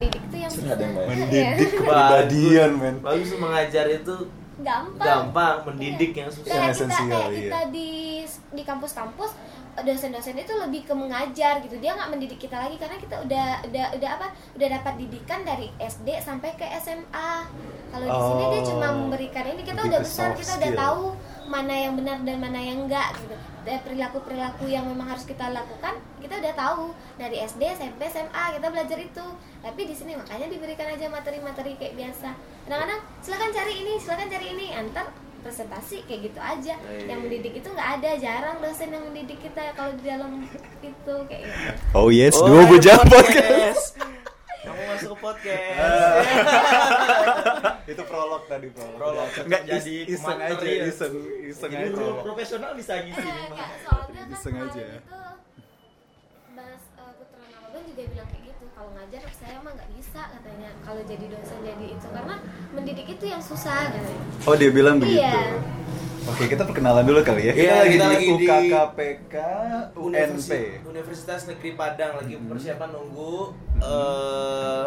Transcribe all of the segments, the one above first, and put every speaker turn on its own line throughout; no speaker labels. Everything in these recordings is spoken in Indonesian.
nggak ada yang main
mendidik
Iya.
kepribadian
Bagus.
men
Bagus mengajar itu
gampang
gampang, mendidik yang susah.
Kayak
Yang esensial,
kita, kayak
iya.
kita di di kampus-kampus dosen-dosen itu lebih ke mengajar gitu dia nggak mendidik kita lagi karena kita udah udah udah apa udah dapat didikan dari SD sampai ke SMA kalau di sini dia
Oh.
cuma memberikan ini kita
Lebih
udah
ke
besar
soft
kita udah
skill.
tahu mana yang benar dan mana yang enggak gitu dan perilaku perilaku yang memang harus kita lakukan kita udah tahu dari SD SMP SMA kita belajar itu tapi di sini makanya diberikan aja materi-materi kayak biasa kadang-kadang silakan cari ini silakan cari ini antar presentasi kayak gitu aja
Iya.
yang mendidik itu nggak ada jarang dosen yang mendidik kita kalau di dalam itu kayak gitu
oh yes
Oh, iya,
dua
ada
bejam podcast
podcast. Kamu masuk ke podcast.
itu prolog tadi prolog
Prolog.
nggak
Jadi Iya.
jadi iseng
pemantar
aja
ya.
iseng iseng
Jadi
aja
guru profesional bisa ngisi nih, Mas.
Iya, Enggak, soalnya kan
Iya, Iseng aja
kemarin
ya.
itu Mas eh, Putra Ramadan juga bilang kayak gitu kalau ngajar saya mah nggak bisa katanya kalau jadi dosen jadi itu karena mendidik itu yang susah gitu. katanya
oh dia bilang begitu
Iya.
oke kita perkenalan dulu kali ya kita
Iya,
lagi
kita
di
lagi di-
UKKPK UNP
Universi- Universitas Negeri Padang lagi
Hmm.
persiapan nunggu eh,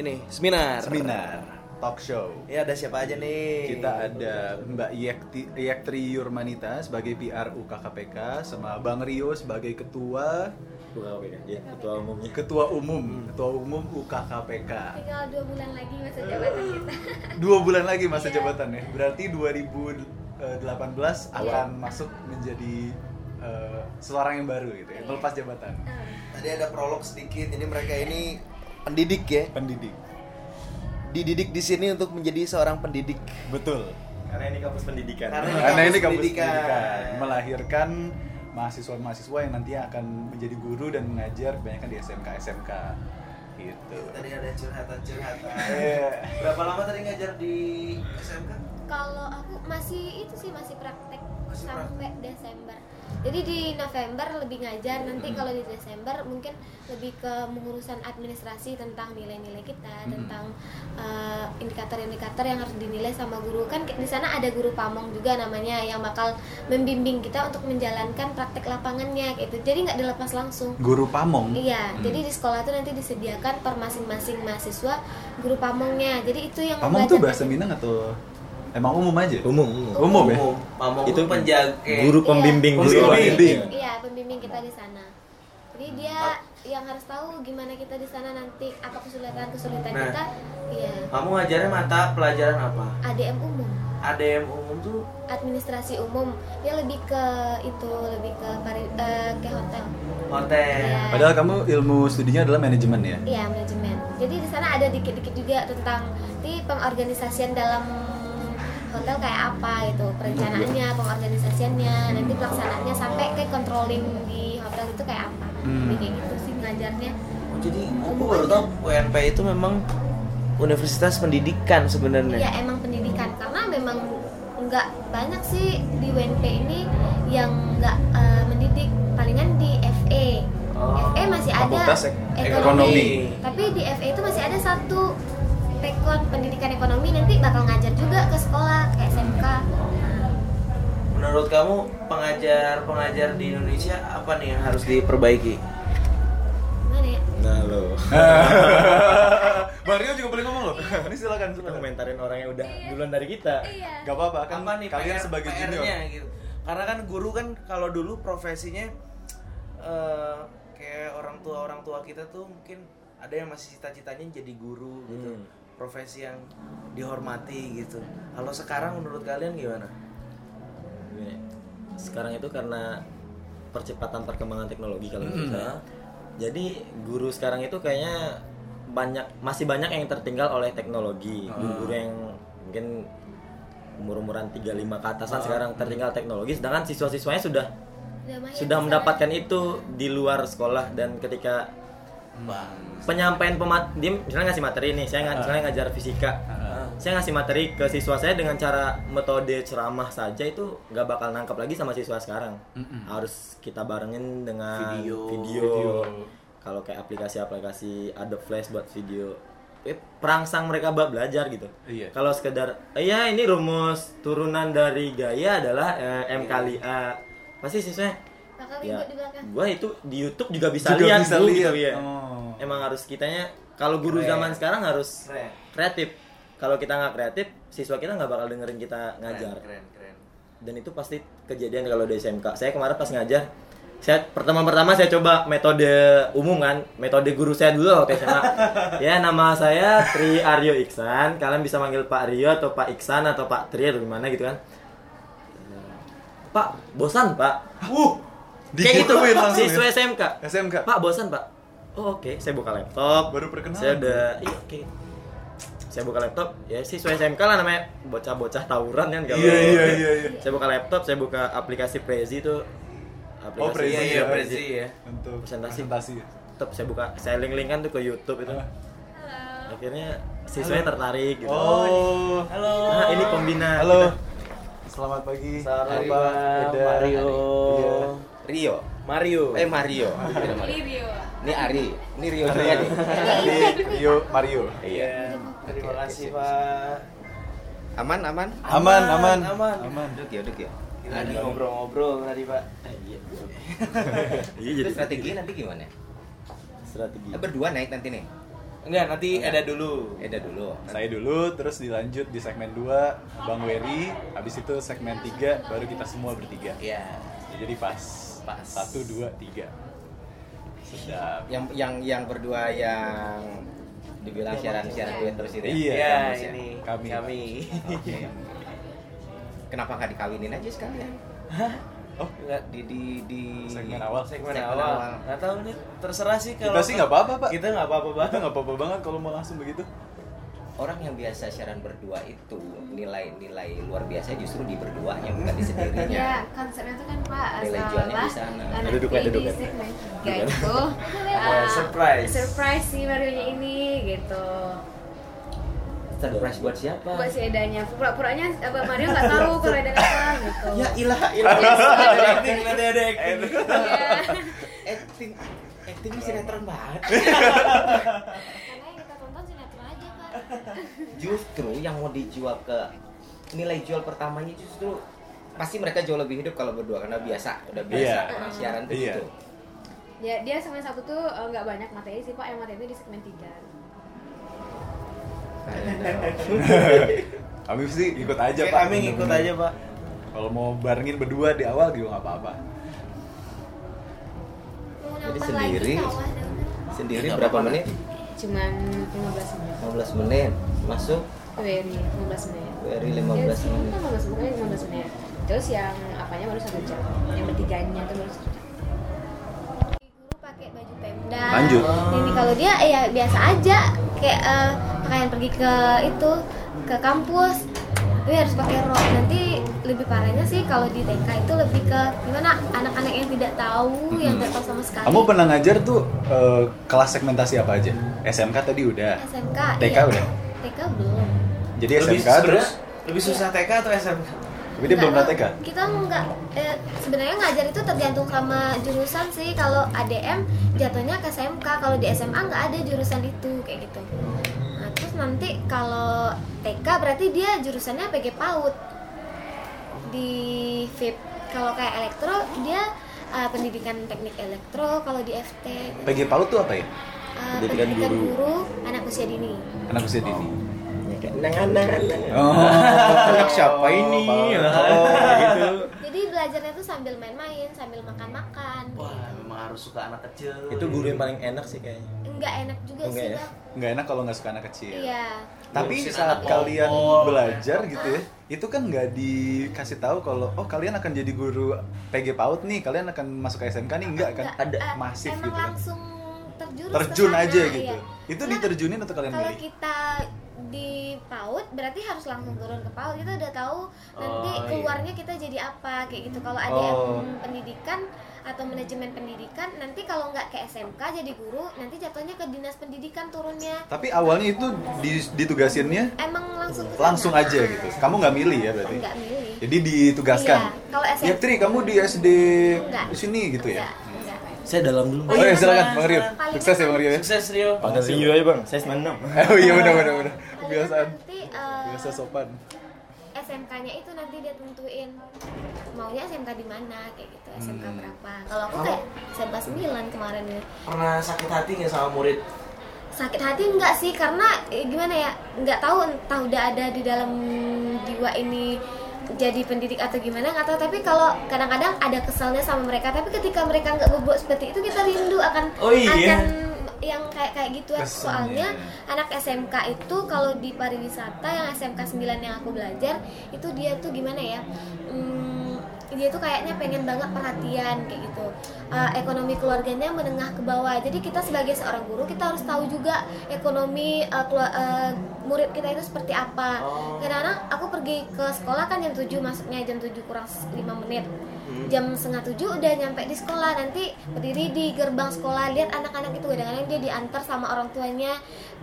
ini seminar.
seminar talk show
Ya ada siapa aja nih?
Kita ada Mbak Yekti, Yektri Yurmanita sebagai PR UKKPK sama Bang Rio sebagai ketua
bukan apa ya ya ketua umumnya
ketua umum, ketua umum UKKPK.
tinggal dua bulan lagi masa jabatan kita
Dua bulan lagi masa jabatannya. Berarti 2018 akan masuk menjadi eh, seorang yang baru gitu ya, melepas jabatan.
Eh,
Tadi ada prolog sedikit. Ini mereka ini pendidik ya.
Pendidik.
Dididik di sini untuk menjadi seorang pendidik.
Betul.
karena ini kampus pendidikan
Karena-
Karena ini kampus
Pendidikan.
pendidikan melahirkan mahasiswa-mahasiswa yang nanti akan menjadi guru dan mengajar kebanyakan di SMK SMK gitu.
Tadi ada curhatan-curhatan.
Iya.
Berapa lama tadi ngajar di SMK?
kalau aku masih itu sih masih praktek
Masih
sampai Desember jadi di November lebih ngajar nanti kalau di Desember mungkin lebih ke mengurusan administrasi tentang nilai-nilai kita
Mhm.
tentang eh, indikator-indikator yang harus dinilai sama guru kan kayak di sana ada guru pamong juga namanya yang bakal membimbing kita untuk menjalankan praktek lapangannya kayak gitu jadi nggak dilepas langsung
Guru Pamong.
Iya,
Hmm.
jadi di sekolah itu nanti disediakan per masing-masing mahasiswa guru pamongnya. Jadi itu yang
Pamong
membacakan-
tuh bahasa Minang atau emang umum aja?
umum umum
Umum ya?
Pamong
Itu
itu penjaga. eh,
guru pembimbing
Iya.
guru
Pembimbing.
Iya, pembimbing kita di sana. Jadi dia yang harus tahu gimana kita di sana nanti apa kesulitan-kesulitan
Nah.
kita. Iya.
Kamu ngajarnya mata pelajaran apa?
ADM umum,
ADM umum tuh
administrasi umum. Dia lebih ke itu, lebih ke pari- eh, ke hotel.
hotel.
Iya.
Padahal kamu ilmu studinya adalah manajemen ya.
Iya, manajemen. Jadi di sana ada dikit-dikit juga tentang di pengorganisasian dalam hotel kayak apa gitu, perencanaannya, pengorganisasiannya, nanti pelaksanaannya sampai ke controlling di hotel itu kayak apa.
Hmm.
Jadi kayak gitu sih ngajarnya.
Oh, jadi aku baru tahu UNP itu memang universitas pendidikan
Iya,
sebenarnya.
emang pendidikan karena memang nggak banyak sih di WNP ini yang nggak eh, mendidik, palingan di FE. FE
Oh.
E masih ada
Fakultas Ek-
Iya,
Ekonomi.
Tapi di FE itu masih ada satu Pekon Pendidikan Ekonomi nanti bakal ngajar juga ke sekolah kayak SMK.
Menurut kamu pengajar-pengajar di Indonesia apa nih yang harus diperbaiki?
Gimana ya?
nah lo
Bang Rio juga boleh ngomong loh. Ini silakan
kita
silakan.
komentarin orang yang udah duluan dari kita
Iya.
Gak apa-apa kan
apa nih
kalian
PR
sebagai
PR-nya
junior.
gitu. Karena kan guru kan kalau dulu profesinya eh, kayak orang tua orang tua kita tuh mungkin ada yang masih cita-citanya jadi guru gitu.
Hmm.
Profesi yang dihormati gitu. Kalau sekarang menurut kalian gimana?
Gini, sekarang itu karena percepatan perkembangan teknologi kalau menurut saya jadi guru sekarang itu kayaknya banyak masih banyak yang tertinggal oleh teknologi guru yang mungkin umur-umuran 35 ke atasan sekarang tertinggal teknologi sedangkan siswa-siswanya sudah
Udah main
sudah
di sana.
mendapatkan itu di luar sekolah dan ketika penyampaian pemat dia misalnya ngasih materi nih saya, nga-
Ah.
misalnya ngajar fisika saya ngasih materi ke siswa saya dengan cara metode ceramah saja itu nggak bakal nangkap lagi sama siswa sekarang harus kita barengin dengan
Video.
video,
Video.
kalau kayak aplikasi-aplikasi Adobe Flash buat video Eh, perangsang mereka buat belajar gitu
Iya.
kalau sekedar "Eh, ya ini rumus turunan dari gaya adalah eh,
Iya.
m kali a pasti siswanya
Bakal
ya
ikut di belakang.
gua itu di YouTube juga bisa
Juga
lihat
bisa
Bu,
lihat.
gitu ya
Oh.
emang harus kitanya Kalau guru
Keren.
zaman sekarang harus
Keren.
kreatif. Kalau kita nggak kreatif, siswa kita nggak bakal dengerin kita ngajar.
Keren, keren.
Dan itu pasti kejadian kalau di SMK. Saya kemarin pas ngajar, saya pertama-pertama saya coba metode umum kan, metode guru saya dulu waktu SMA. ya nama saya Tri Aryo Iksan. Kalian bisa manggil Pak Rio atau Pak Iksan atau Pak Tri atau gimana gitu kan. Pak, bosan Pak.
Wuh,
Kayak gitu,
digituin langsung
siswa
ya.
SMK.
SMK.
Pak, bosan Pak. Oh, oke, saya buka laptop.
Baru perkenalan.
Saya udah, iya oke. Saya buka laptop, ya siswa SMK lah namanya bocah-bocah tawuran kan kalau.
Iya, iya, iya, iya.
Saya buka laptop, saya buka aplikasi Prezi itu. Aplikasi
Oh, Prezi.
Iya, iya, Prezi ya.
Untuk
Presentasi.
presentasi. ya.
Laptop saya buka, saya link-linkan tuh ke YouTube
Ah.
itu. Akhirnya siswanya tertarik gitu.
Oh.
Halo.
Nah, ini pembina.
Halo.
kita.
Selamat pagi.
Selamat
Apa?
malam,
Eda.
Mario.
Iya.
Rio.
Mario.
Eh Mario. Tidak Mario. Ini Ari. Ini Rio juga nih.
Di Rio Mario.
Iya.
Terima
Oke, oke,
kasih,
sip,
Pak.
Aman aman.
Aman, aman.
Aman.
Duduk ya, duduk ya.
Kita lagi ngobrol-ngobrol tadi, Pak.
Iya,
Itu
jadi
strategi nanti gimana?
strategi.
Eh, Berdua naik nanti nih.
Hmm. Enggak, nanti ada dulu.
Eda dulu.
Saya dulu, terus dilanjut di segmen 2 Bang Wery, habis itu segmen 3 baru kita semua bertiga.
Iya.
Jadi pas.
Pas.
Satu, dua, tiga. Sedap.
Yang yang yang berdua yang dibilang siaran-siaran duet terus itu. ya?
Iya,
Iya,
terus ya.
ini
Kami.
Kami.
Oke.
Iya.
Kenapa nggak dikawinin aja sekalian?
Oh.
Enggak
Di di di
Segmen awal.
Iya. segmen
Segmen awal.
awal. Enggak tahu nih, terserah sih kalau
Kita sih nggak apa-apa, Pak.
Kita nggak apa-apa, Pak.
Kita nggak apa-apa banget kalau mau langsung begitu.
orang yang biasa siaran berdua itu nilai-nilai luar biasa justru di berduanya bukan di
Iya,
sendirinya.
Ya, konsepnya tuh kan Pak
Nilai jualnya
seolah-olah
di sana.
anak
Duduk, Pak, duduk,
di
Pak.
segmen tiga itu
Wah,
uh,
surprise.
surprise si Marionya ini gitu.
Surprise buat siapa?
Buat si Edanya, pura-puranya Abang Mario nggak tahu kalau Eda datang gitu.
Ya ilah
Ada
ilah.
acting, nanti ada acting.
Iya.
acting acting sinetron banget.
Karena yang kita tonton sinetron aja kan.
Justru yang mau dijual ke nilai jual pertamanya justru pasti mereka jauh lebih hidup kalau berdua karena biasa udah biasa
Iya.
orang siaran tuh
Iya.
gitu.
Dia, Ya, dia segmen satu tuh eh, nggak banyak materi sih Pak, yang materi di segmen tiga.
Kami sih ikut aja,
Oke,
Pak.
kami ikut
Bener-bener.
aja, Pak.
Kalau mau barengin berdua di awal juga nggak apa-apa.
Mau nambah
sendiri.
lagi sawah daun.
Sendiri berapa menit?
Cuman 15 menit. Oh iya,
15 menit. Masuk
Query 15 menit.
dari
Ya,
15
sih,
menit.
15 menit, 15 menit. Terus yang apanya baru satu jam, yang bertiganya tuh baru satu jam.
Guru pakai baju Pemda.
Lanjut.
Ini kalau dia eh, ya biasa aja kayak eh, pakaian pergi ke itu ke kampus. Tapi harus pakai rok. Nanti lebih parahnya sih kalau di TK itu lebih ke gimana anak-anak yang tidak tahu, yang tidak tahu sama sekali.
Kamu pernah ngajar tuh eh, kelas segmentasi apa aja? SMK tadi udah.
SMK.
TK
iya.
udah?
TK belum.
Jadi
Lebih
SMK terus,
sebenarnya lebih susah TK atau SMK?
tapi dia belum kan? pernah TK.
Karena Kita nggak eh, sebenarnya ngajar itu tergantung sama jurusan sih. Kalau ADM jatuhnya ke SMK, kalau di SMA nggak ada jurusan itu kayak gitu. Nah, terus nanti kalau TK berarti dia jurusannya PG PAUD di FIP. Kalau kayak elektro dia eh, pendidikan teknik elektro, kalau di FT eh,
PG Palu tuh apa ya?
Pendidikan
pendidikan
guru.
guru anak usia dini.
Anak usia dini.
Nang nang nang.
Oh.
Anak siapa ini?
gitu.
Jadi belajarnya tuh sambil main-main, sambil makan-makan.
Wah, memang harus suka anak kecil.
Itu guru yang paling enak sih kayaknya.
Nggak enak juga
Nggak
sih,
ya?
Bang.
Nggak enak kalau nggak suka anak kecil.
Iya.
Tapi
Ngurusin
saat
anak
kalian
kompor.
belajar gitu ya, itu kan nggak dikasih tahu kalau oh kalian akan jadi guru PG PAUD nih, kalian akan masuk ke SMK nih nggak kan?
Nggak, eh,
masif
emang
gitu. kan.
langsung terjun
Terjun aja gitu. Itu
Nah,
diterjunin atau kalian
kalau
milih?
kita di PAUD berarti harus langsung turun ke PAUD kita udah tahu nanti
iya.
keluarnya kita jadi apa kayak gitu kalau ada
Oh.
yang pendidikan atau manajemen pendidikan nanti kalau nggak ke SMK jadi guru nanti jatuhnya ke dinas pendidikan turunnya
Tapi awalnya itu di- ditugasinnya
emang langsung ke sana.
langsung aja gitu. Kamu nggak milih ya berarti?
nggak milih
Jadi ditugaskan.
Iya, kalau SM
Ya Tri, kamu di SD
Enggak.
di sini gitu ya.
Nggak, nggak.
Saya dalam dulu.
Oh, iya, silakan Bang Rio.
Paling-
Sukses ya Bang Rio ya.
Sukses Rio.
Pada Rio aja, Bang. Saya 96.
Oh iya benar benar benar.
Palingan
Kebiasaan.
nanti, eh,
Biasa sopan.
SMK-nya itu nanti dia tentuin maunya SMK di mana kayak gitu SMK
Hmm.
berapa kalau aku kayak SMK 9 kemarin ini
Pernah sakit hati nggak sama murid?
sakit hati enggak sih karena eh, gimana ya nggak tahu entah udah ada di dalam jiwa ini jadi pendidik atau gimana nggak tahu tapi kalau kadang-kadang ada keselnya sama mereka tapi ketika mereka nggak bobok seperti itu kita rindu akan
Oh iya.
akan yang kayak kayak gituan
Keselnya.
soalnya anak SMK itu kalau di pariwisata yang SMK 9 yang aku belajar itu dia tuh gimana ya Hmm, dia tuh kayaknya pengen banget perhatian kayak gitu Eh, ekonomi keluarganya menengah ke bawah jadi kita sebagai seorang guru kita harus tahu juga ekonomi eh, kelua- eh, murid kita itu seperti apa kadang-kadang aku pergi ke sekolah kan jam 7 masuknya jam 7 kurang 5 menit jam setengah tujuh udah nyampe di sekolah nanti berdiri di gerbang sekolah lihat anak-anak itu kadang-kadang dia diantar sama orang tuanya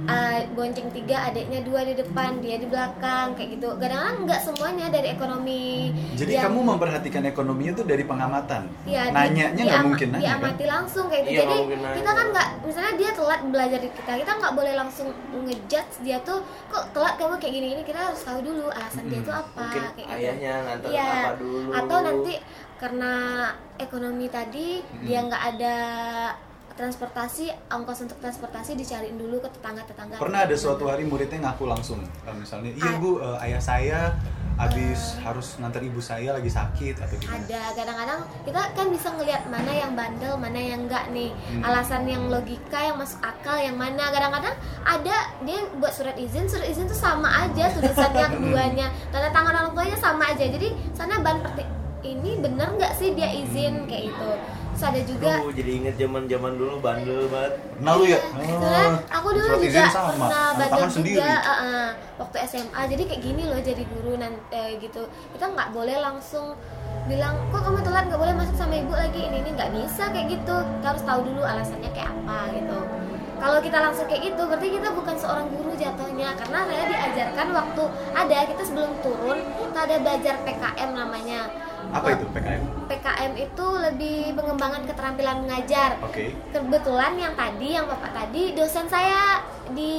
eh, bonceng tiga adiknya dua di depan dia di belakang kayak gitu kadang-kadang nggak semuanya dari ekonomi
Jadi
yang-
kamu memperhatikan ekonominya itu dari pengamatan.
Iya, di-
Nanyanya
diama-
nggak mungkin nanya kan?
diamati langsung kayak gitu.
Iya,
Jadi
nggak mungkin nanya.
kita kan nggak, misalnya dia telat belajar di kita, kita nggak boleh langsung ngejudge dia tuh kok telat kamu kayak gini ini. Kita harus tahu dulu alasan dia
Hmm,
tuh apa.
mungkin
kayak gitu.
ayahnya nganter
Iya.
apa dulu
Atau nanti karena ekonomi tadi
Hmm.
dia nggak ada transportasi, ongkos untuk transportasi dicariin dulu ke tetangga-tetangga.
Pernah ada suatu hari muridnya ngaku langsung, eh, misalnya, iya bu, eh, ayah saya habis harus nganter ibu saya lagi sakit atau gimana?
Eh. ada kadang-kadang kita kan bisa ngelihat mana yang bandel mana yang enggak nih
Hmm.
alasan yang logika yang masuk akal yang mana kadang-kadang ada dia buat surat izin surat izin tuh sama aja tulisannya keduanya tanda tangan orang tuanya sama aja jadi sana ban perti- ini bener nggak sih dia izin kayak itu terus ada juga
Aduh, jadi inget zaman zaman dulu bandel banget
Nah lu ya?
Soalnya Iya, aku dulu
surat
juga
izin sama,
pernah
tanda
bandel
tangan sendiri.
juga eh, eh, waktu SMA. Jadi kayak gini loh jadi guru nanti gitu. Kita nggak boleh langsung bilang kok kamu telat nggak boleh masuk sama ibu lagi ini ini nggak bisa kayak gitu. Kita harus tahu dulu alasannya kayak apa gitu. Kalau kita langsung kayak gitu, berarti kita bukan seorang guru jatuhnya karena saya diajarkan waktu ada kita sebelum turun kita ada belajar PKM namanya.
Apa itu PKM?
PKM itu lebih pengembangan keterampilan mengajar
Oke.
kebetulan yang tadi yang bapak tadi dosen saya di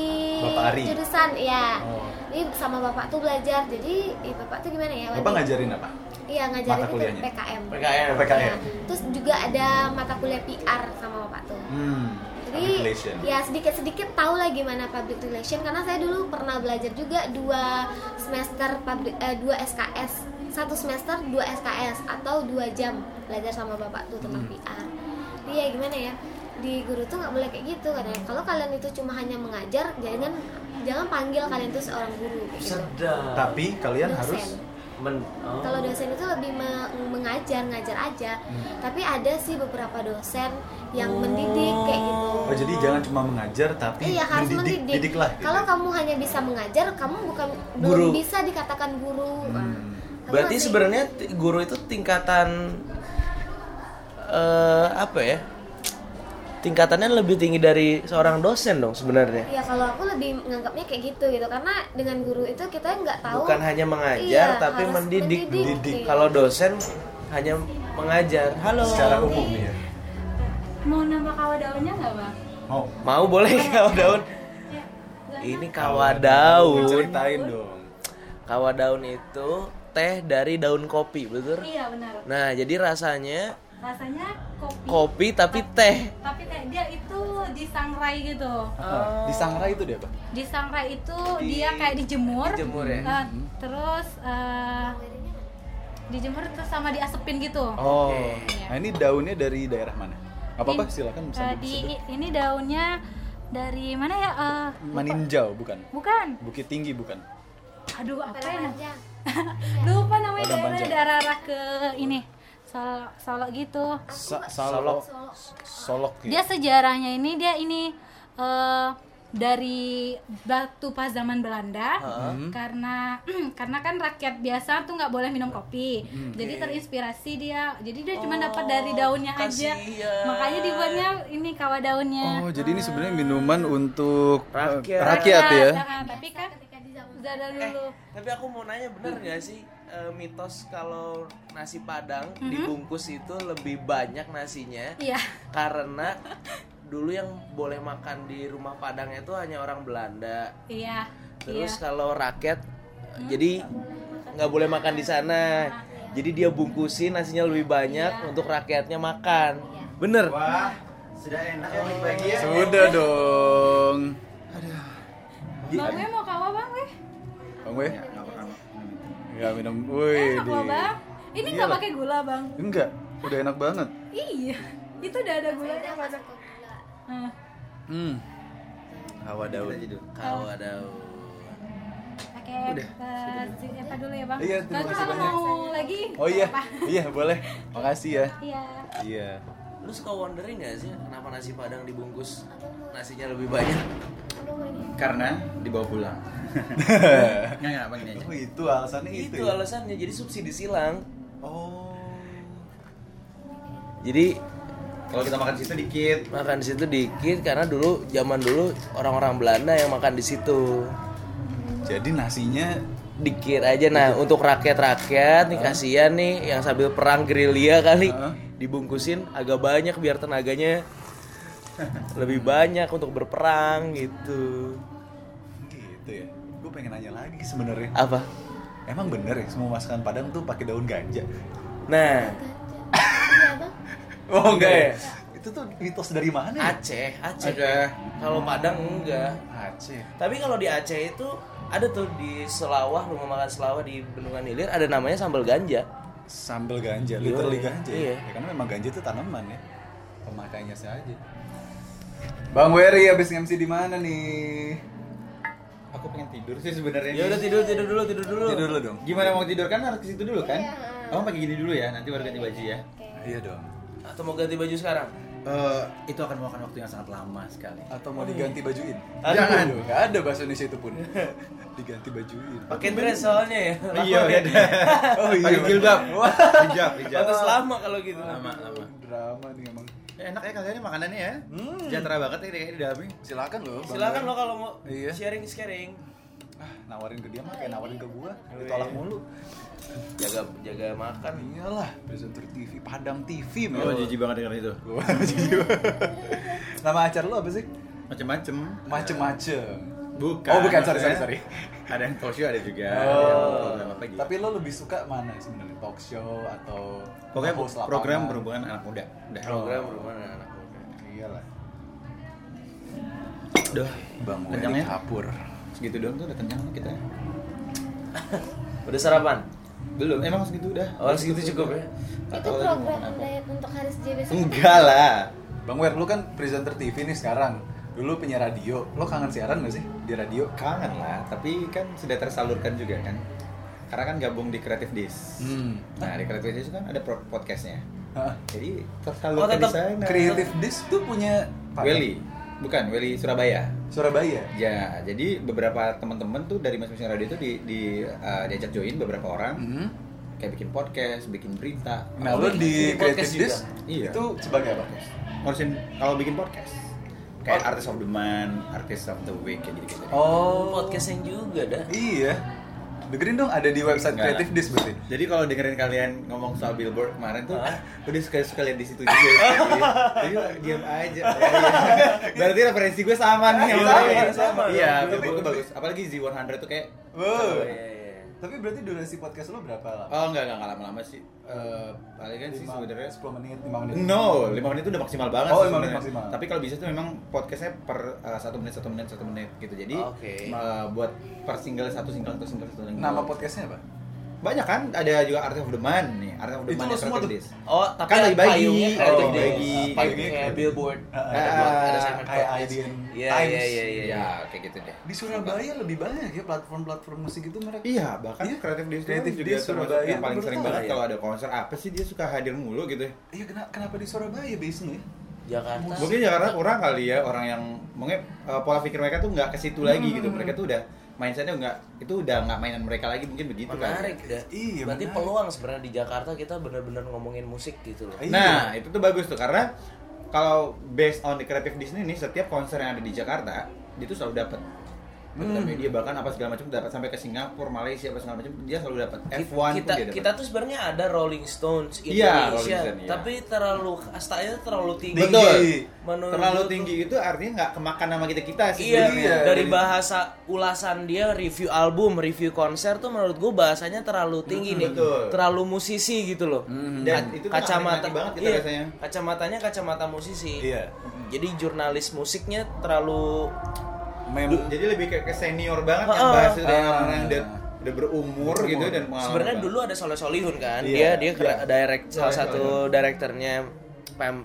Bapak Ari.
jurusan ya
Oh.
ini sama bapak tuh belajar jadi eh, bapak tuh gimana ya
Bapak ngajarin apa?
iya
mata
ngajarin itu
kuliahnya?
PKM
PKN
PKM.
Nah, terus juga ada mata kuliah PR sama bapak tuh
Hmm.
jadi
Relation.
ya sedikit sedikit tahu lah gimana public relation karena saya dulu pernah belajar juga dua semester public eh, dua SKS satu semester dua SKS atau dua jam belajar sama bapak tuh tentang PR Jadi ya gimana ya di guru tuh nggak boleh kayak gitu karena kalau kalian itu cuma hanya mengajar jangan jangan panggil kalian itu seorang guru kayak gitu.
sedap
Tapi kalian
Dosen.
harus
men oh.
Kalau dosen itu lebih me- mengajar, ngajar aja. Tapi ada sih beberapa dosen yang mendidik kayak gitu.
Oh jadi jangan cuma mengajar tapi
Iya harus mendidik.
didiklah. gitu.
Kalau kamu hanya bisa mengajar, kamu bukan belum
Guru.
bisa dikatakan guru. Nah,
Hmm.
kamu
berarti
masih-
sebenarnya ti- guru itu tingkatan eh apa ya tingkatannya lebih tinggi dari seorang dosen dong sebenarnya
Iya kalau aku lebih menganggapnya kayak gitu gitu karena dengan guru itu kita nggak tahu.
bukan hanya mengajar
Iya,
tapi
harus
mendidik,
mendidik. Iya. Mendidik.
kalau dosen hanya mengajar halo
Secara umum nih ya.
Mau nambah kawadawannya nggak bang?
Mau
mau boleh kawa daun ini kawa daun
ceritain dong.
kawa daun itu teh dari daun kopi betul
Iya benar.
nah jadi rasanya
Rasanya kopi.
kopi tapi teh
Tapi kayak dia itu disangrai gitu.
Apa? Di Sangrai itu dia apa?
Disangrai itu
Di-
dia kayak dijemur.
dijemur ya?
Eh,
Hmm.
terus eh, dijemur terus sama diasepin gitu.
Oh.
Iya.
Nah ini daunnya dari daerah mana? Gak apa-apa
Ini,
silakan
eh,
sambil
di
disebut.
ini daunnya dari mana ya? Eh,
Maninjau bukan?
bukan.
Bukit Tinggi bukan?
Aduh apa ya?
Pengen
namanya?
aja.
Lupa namanya
Padang
daerah
Panjang.
daerah arah ke ini. Solok, solok gitu.
Sa-
Solok.
Salok. Solok
Dia
ya.
sejarahnya ini dia ini eh, dari batu pas zaman Belanda
Hmm.
karena karena kan rakyat biasa tuh nggak boleh minum kopi. Jadi terinspirasi dia. Jadi dia cuma dapat dari daunnya aja.
kasihan.
Makanya dibuatnya ini kawa daunnya.
Oh, jadi ini sebenarnya minuman untuk eh,
Rakyat.
rakyat ya.
Nah, tapi kan dari dulu.
tapi aku mau nanya bener nggak sih eh, mitos kalau nasi padang dibungkus itu lebih banyak nasinya
Mhm. Iya.
karena dulu yang boleh makan di rumah padangnya itu hanya orang Belanda
Iya. Hmm?
terus kalau rakyat eh, jadi nggak boleh makan di sana jadi dia bungkusin nasinya lebih banyak
Iya.
untuk rakyatnya makan bener
Wah, sudah enak ya pagi ya.
Sudah dong. Iya.
Bang Weh mau kawa Bang Weh?
Bang Wei? Enggak minum. Wih.
Enak loh Bang. Ini nggak
Iyalah.
pakai gula Bang.
Enggak, udah enak banget.
Iya. Itu udah ada gulanya Bang.
masuk ke gula.
Nah,
Hmm. Hawa daun.
Kau ada.
pakai eh, si- apa dulu ya Bang?
Iya, terima
Nanti
kasih
kalau
banyak.
mau lagi.
Oh iya,
apa?
iya boleh. Makasih ya.
Iya.
Iya.
Lu suka wondering gak sih kenapa nasi padang dibungkus nasinya lebih banyak?
Aduh, ini
Karena dibawa pulang. Nggak, nggak, abang ini aja.
Oh itu alasannya itu.
Itu
ya?
alasannya jadi subsidi silang.
Oh.
Jadi
Kalau kita makan di situ dikit.
makan di situ dikit karena dulu zaman dulu orang-orang Belanda yang makan di situ.
Jadi nasinya
Dikit aja nah untuk rakyat-rakyat nih kasihan nih yang sambil perang gerilya kali
Hah?
dibungkusin agak banyak biar tenaganya lebih banyak untuk berperang gitu.
gitu ya. Gue pengen nanya lagi sebenarnya.
Apa?
Emang bener ya semua masakan Padang tuh pakai daun ganja?
Nah,
Iya, Bang.
Oh
enggak ya?
Itu tuh mitos dari mana? ya?
Aceh, Aceh. Kalau Padang enggak.
Aceh.
Tapi kalau di Aceh itu ada tuh di Selawah, rumah makan Selawah di Bendungan Hilir ada namanya sambal ganja.
Sambal ganja, literally
Iya.
ganja. ya?
Iya.
Ya, karena memang ganja itu tanaman ya. Pemakainya saja. Bang Wery habis MC di mana nih? Iya.
Aku pengen tidur sih sebenarnya.
Ya udah tidur tidur dulu tidur dulu.
Tidur dulu dong.
Gimana mau tidur kan harus ke situ dulu kan? Abang pakai gini dulu ya, nanti baru ganti baju ya.
Iya dong.
Atau mau ganti baju sekarang?
Eh, itu akan memakan waktu yang sangat lama sekali.
Atau mau diganti bajuin?
Jangan.
Iya. Aduh, nggak ada bahasa Indonesia itu pun. diganti bajuin.
Pakai dress soalnya ya.
Iya,
Lama ya.
iya.
Oh
Pakai jilbab. Hijab, hijab.
Pantes lama kalau gitu.
Lama, lama.
Drama nih emang.
Eh, enak ya kalian makanannya ya.
Hmm.
Jatra banget ya kayak di daping.
Silakan loh. Bang
Silakan
Wery.
lo kalau mau
Iya.
sharing sharing.
Ah, nawarin ke dia mah kayak nawarin ke gua.
Oh, iya.
Ditolak mulu.
Jaga jaga makan.
Iyalah, presenter TV Padang TV
Oh,
men.
jijik banget dengan itu.
Gua jijik banget. Nama acara lu apa sih?
Macem-macem.
Macem-macem.
Bukan.
Oh, bukan. Sorry,
maksudnya
sorry, sorry.
Ada yang talk show ada juga. Ada yang program apa gitu.
Tapi lo lebih suka mana sebenarnya? Talk show atau
Pokoknya
host lapangan? Oh.
program berhubungan anak muda. Udah.
Program rumah anak muda.
Iyalah.
Udah.
Bang
Kenyang
Wery
ya?
kapur.
Segitu doang tuh udah kenyang kita. ya.
Udah sarapan?
Belum. Emang segitu udah.
Oh, segitu cukup ya.
Nggak
Itu
tahu lagi mau
program
makan apa.
diet untuk hari SJ besok.
Enggak lah.
Bang Wer, lu kan presenter TV nih sekarang. Dulu punya radio. Lo kangen siaran gak sih di radio?
Kangen lah, tapi kan sudah tersalurkan juga kan. Karena kan gabung di Creative Days.
Hmm.
Nah, di Creative Days itu kan ada pro- podcastnya.
Hah?
Jadi
Oh,
tersalurkan
tetap
di sana.
eh.
Creative Disc tuh punya Padang.
Welly. Bukan, Welly Surabaya.
Surabaya.
Ya, jadi beberapa teman-teman tuh dari masing-masing radio itu di, di eh, diajak join beberapa orang
Hmm.
kayak bikin podcast, bikin berita.
Nah, lo di
Bikin podcast
Creative Disc
juga. Iya.
itu sebagai apa?
ngurusin kalau bikin podcast kayak
Oh.
artis of the month, artis of the week kayak gitu-gitu.
Oh,
Podcastnya juga dah.
Iya. Dengerin dong ada di website
Enggak
Creative Disc berarti.
Jadi kalau dengerin kalian ngomong soal billboard kemarin tuh, udah suka-suka lihat di situ juga. ya. Jadi diam aja. Iya, Berarti referensi gue sama nih.
Iya,
sama ya.
sama.
Iya,
Tapi-
billboard gue bagus. Apalagi Z100 tuh kayak
Iya,
Wow.
iya.
Oh, Tapi berarti durasi podcast lo berapa lama?
oh enggak enggak enggak lama-lama sih. Eh, paling kan sih
Lima-
sebenarnya
10 menit, 5 menit.
No, 5 menit itu udah maksimal banget sih
Oh, lima menit
sebenarnya.
maksimal.
Tapi kalau bisa tuh memang podcastnya per eh, satu menit, satu menit, satu menit gitu. Jadi
Oke.
eh, buat per single satu single satu single satu single.
Nama podcastnya apa?
banyak kan? Ada juga Art of the Man nih, Art of the
Itu
Man ya,
lo
yang
semua tuh?
tertulis.
Oh, tapi
Kan
ada
lagi-bagi.
payungnya kreatif
Oh,
deh.
lagi-bagi.
Payungnya kayak Iya. billboard. Ada
Ah,
ah,
buat- ada segmen
kayak
podcast.
IDN
Iya, iya,
Times.
iya, iya, iya.
Ya, kayak gitu deh.
Di Surabaya lebih banyak ya platform-platform musik itu mereka.
Iya, bahkan
Iya.
kreatif dia
Kreatif
juga
Days
termasuk
Surabaya,
yang paling
baru
sering
tahu
banget
ya.
kalau ada konser apa sih dia suka hadir mulu gitu. ya.
Iya, kena- kenapa di Surabaya base-nya? ya?
Jakarta.
Mungkin ya karena kurang kali ya orang yang mungkin eh, pola pikir mereka tuh nggak ke situ
Hmm.
lagi gitu. Mereka tuh udah mindsetnya nggak itu udah nggak mainan mereka lagi mungkin begitu kan.
menarik dah.
Iya,
Berarti
menarik.
peluang sebenarnya di Jakarta kita benar-benar ngomongin musik gitu loh.
Iya.
Nah, itu tuh bagus tuh karena kalau based on the creative Disney nih setiap konser yang ada di Jakarta dia tuh selalu dapat
Hmm.
Betul media bahkan apa segala macam dapat sampai ke Singapura, Malaysia apa segala macam dia selalu dapat. F1 pun
kita
dia dapat.
kita tuh sebenarnya ada Rolling Stones
Iya,
Indonesia,
Rolling Stone, iya.
tapi terlalu astanya terlalu tinggi. Iya,
Betul.
Menurut
Terlalu
gua
tinggi itu artinya nggak kemakan sama kita kita sih.
Iya,
sebenarnya.
dari bahasa ulasan dia review album, review konser tuh menurut gue bahasanya terlalu tinggi nih,
betul.
terlalu musisi gitu loh.
Dan itu tuh
kacamata
aneh-aneh banget kita
iya,
rasanya.
kacamatanya kacamata musisi.
Iya.
Jadi jurnalis musiknya terlalu
Mem-
Du- jadi lebih kayak ke senior banget kan,
Ah,
yang bahas itu yang
ah.
orang yang udah, udah berumur
Berumur.
gitu dan pengalaman
Sebenarnya
banget.
dulu ada Soleh Solihun kan.
Ah, Iya,
dia dia kera- direct salah
Soleh
satu direkturnya PM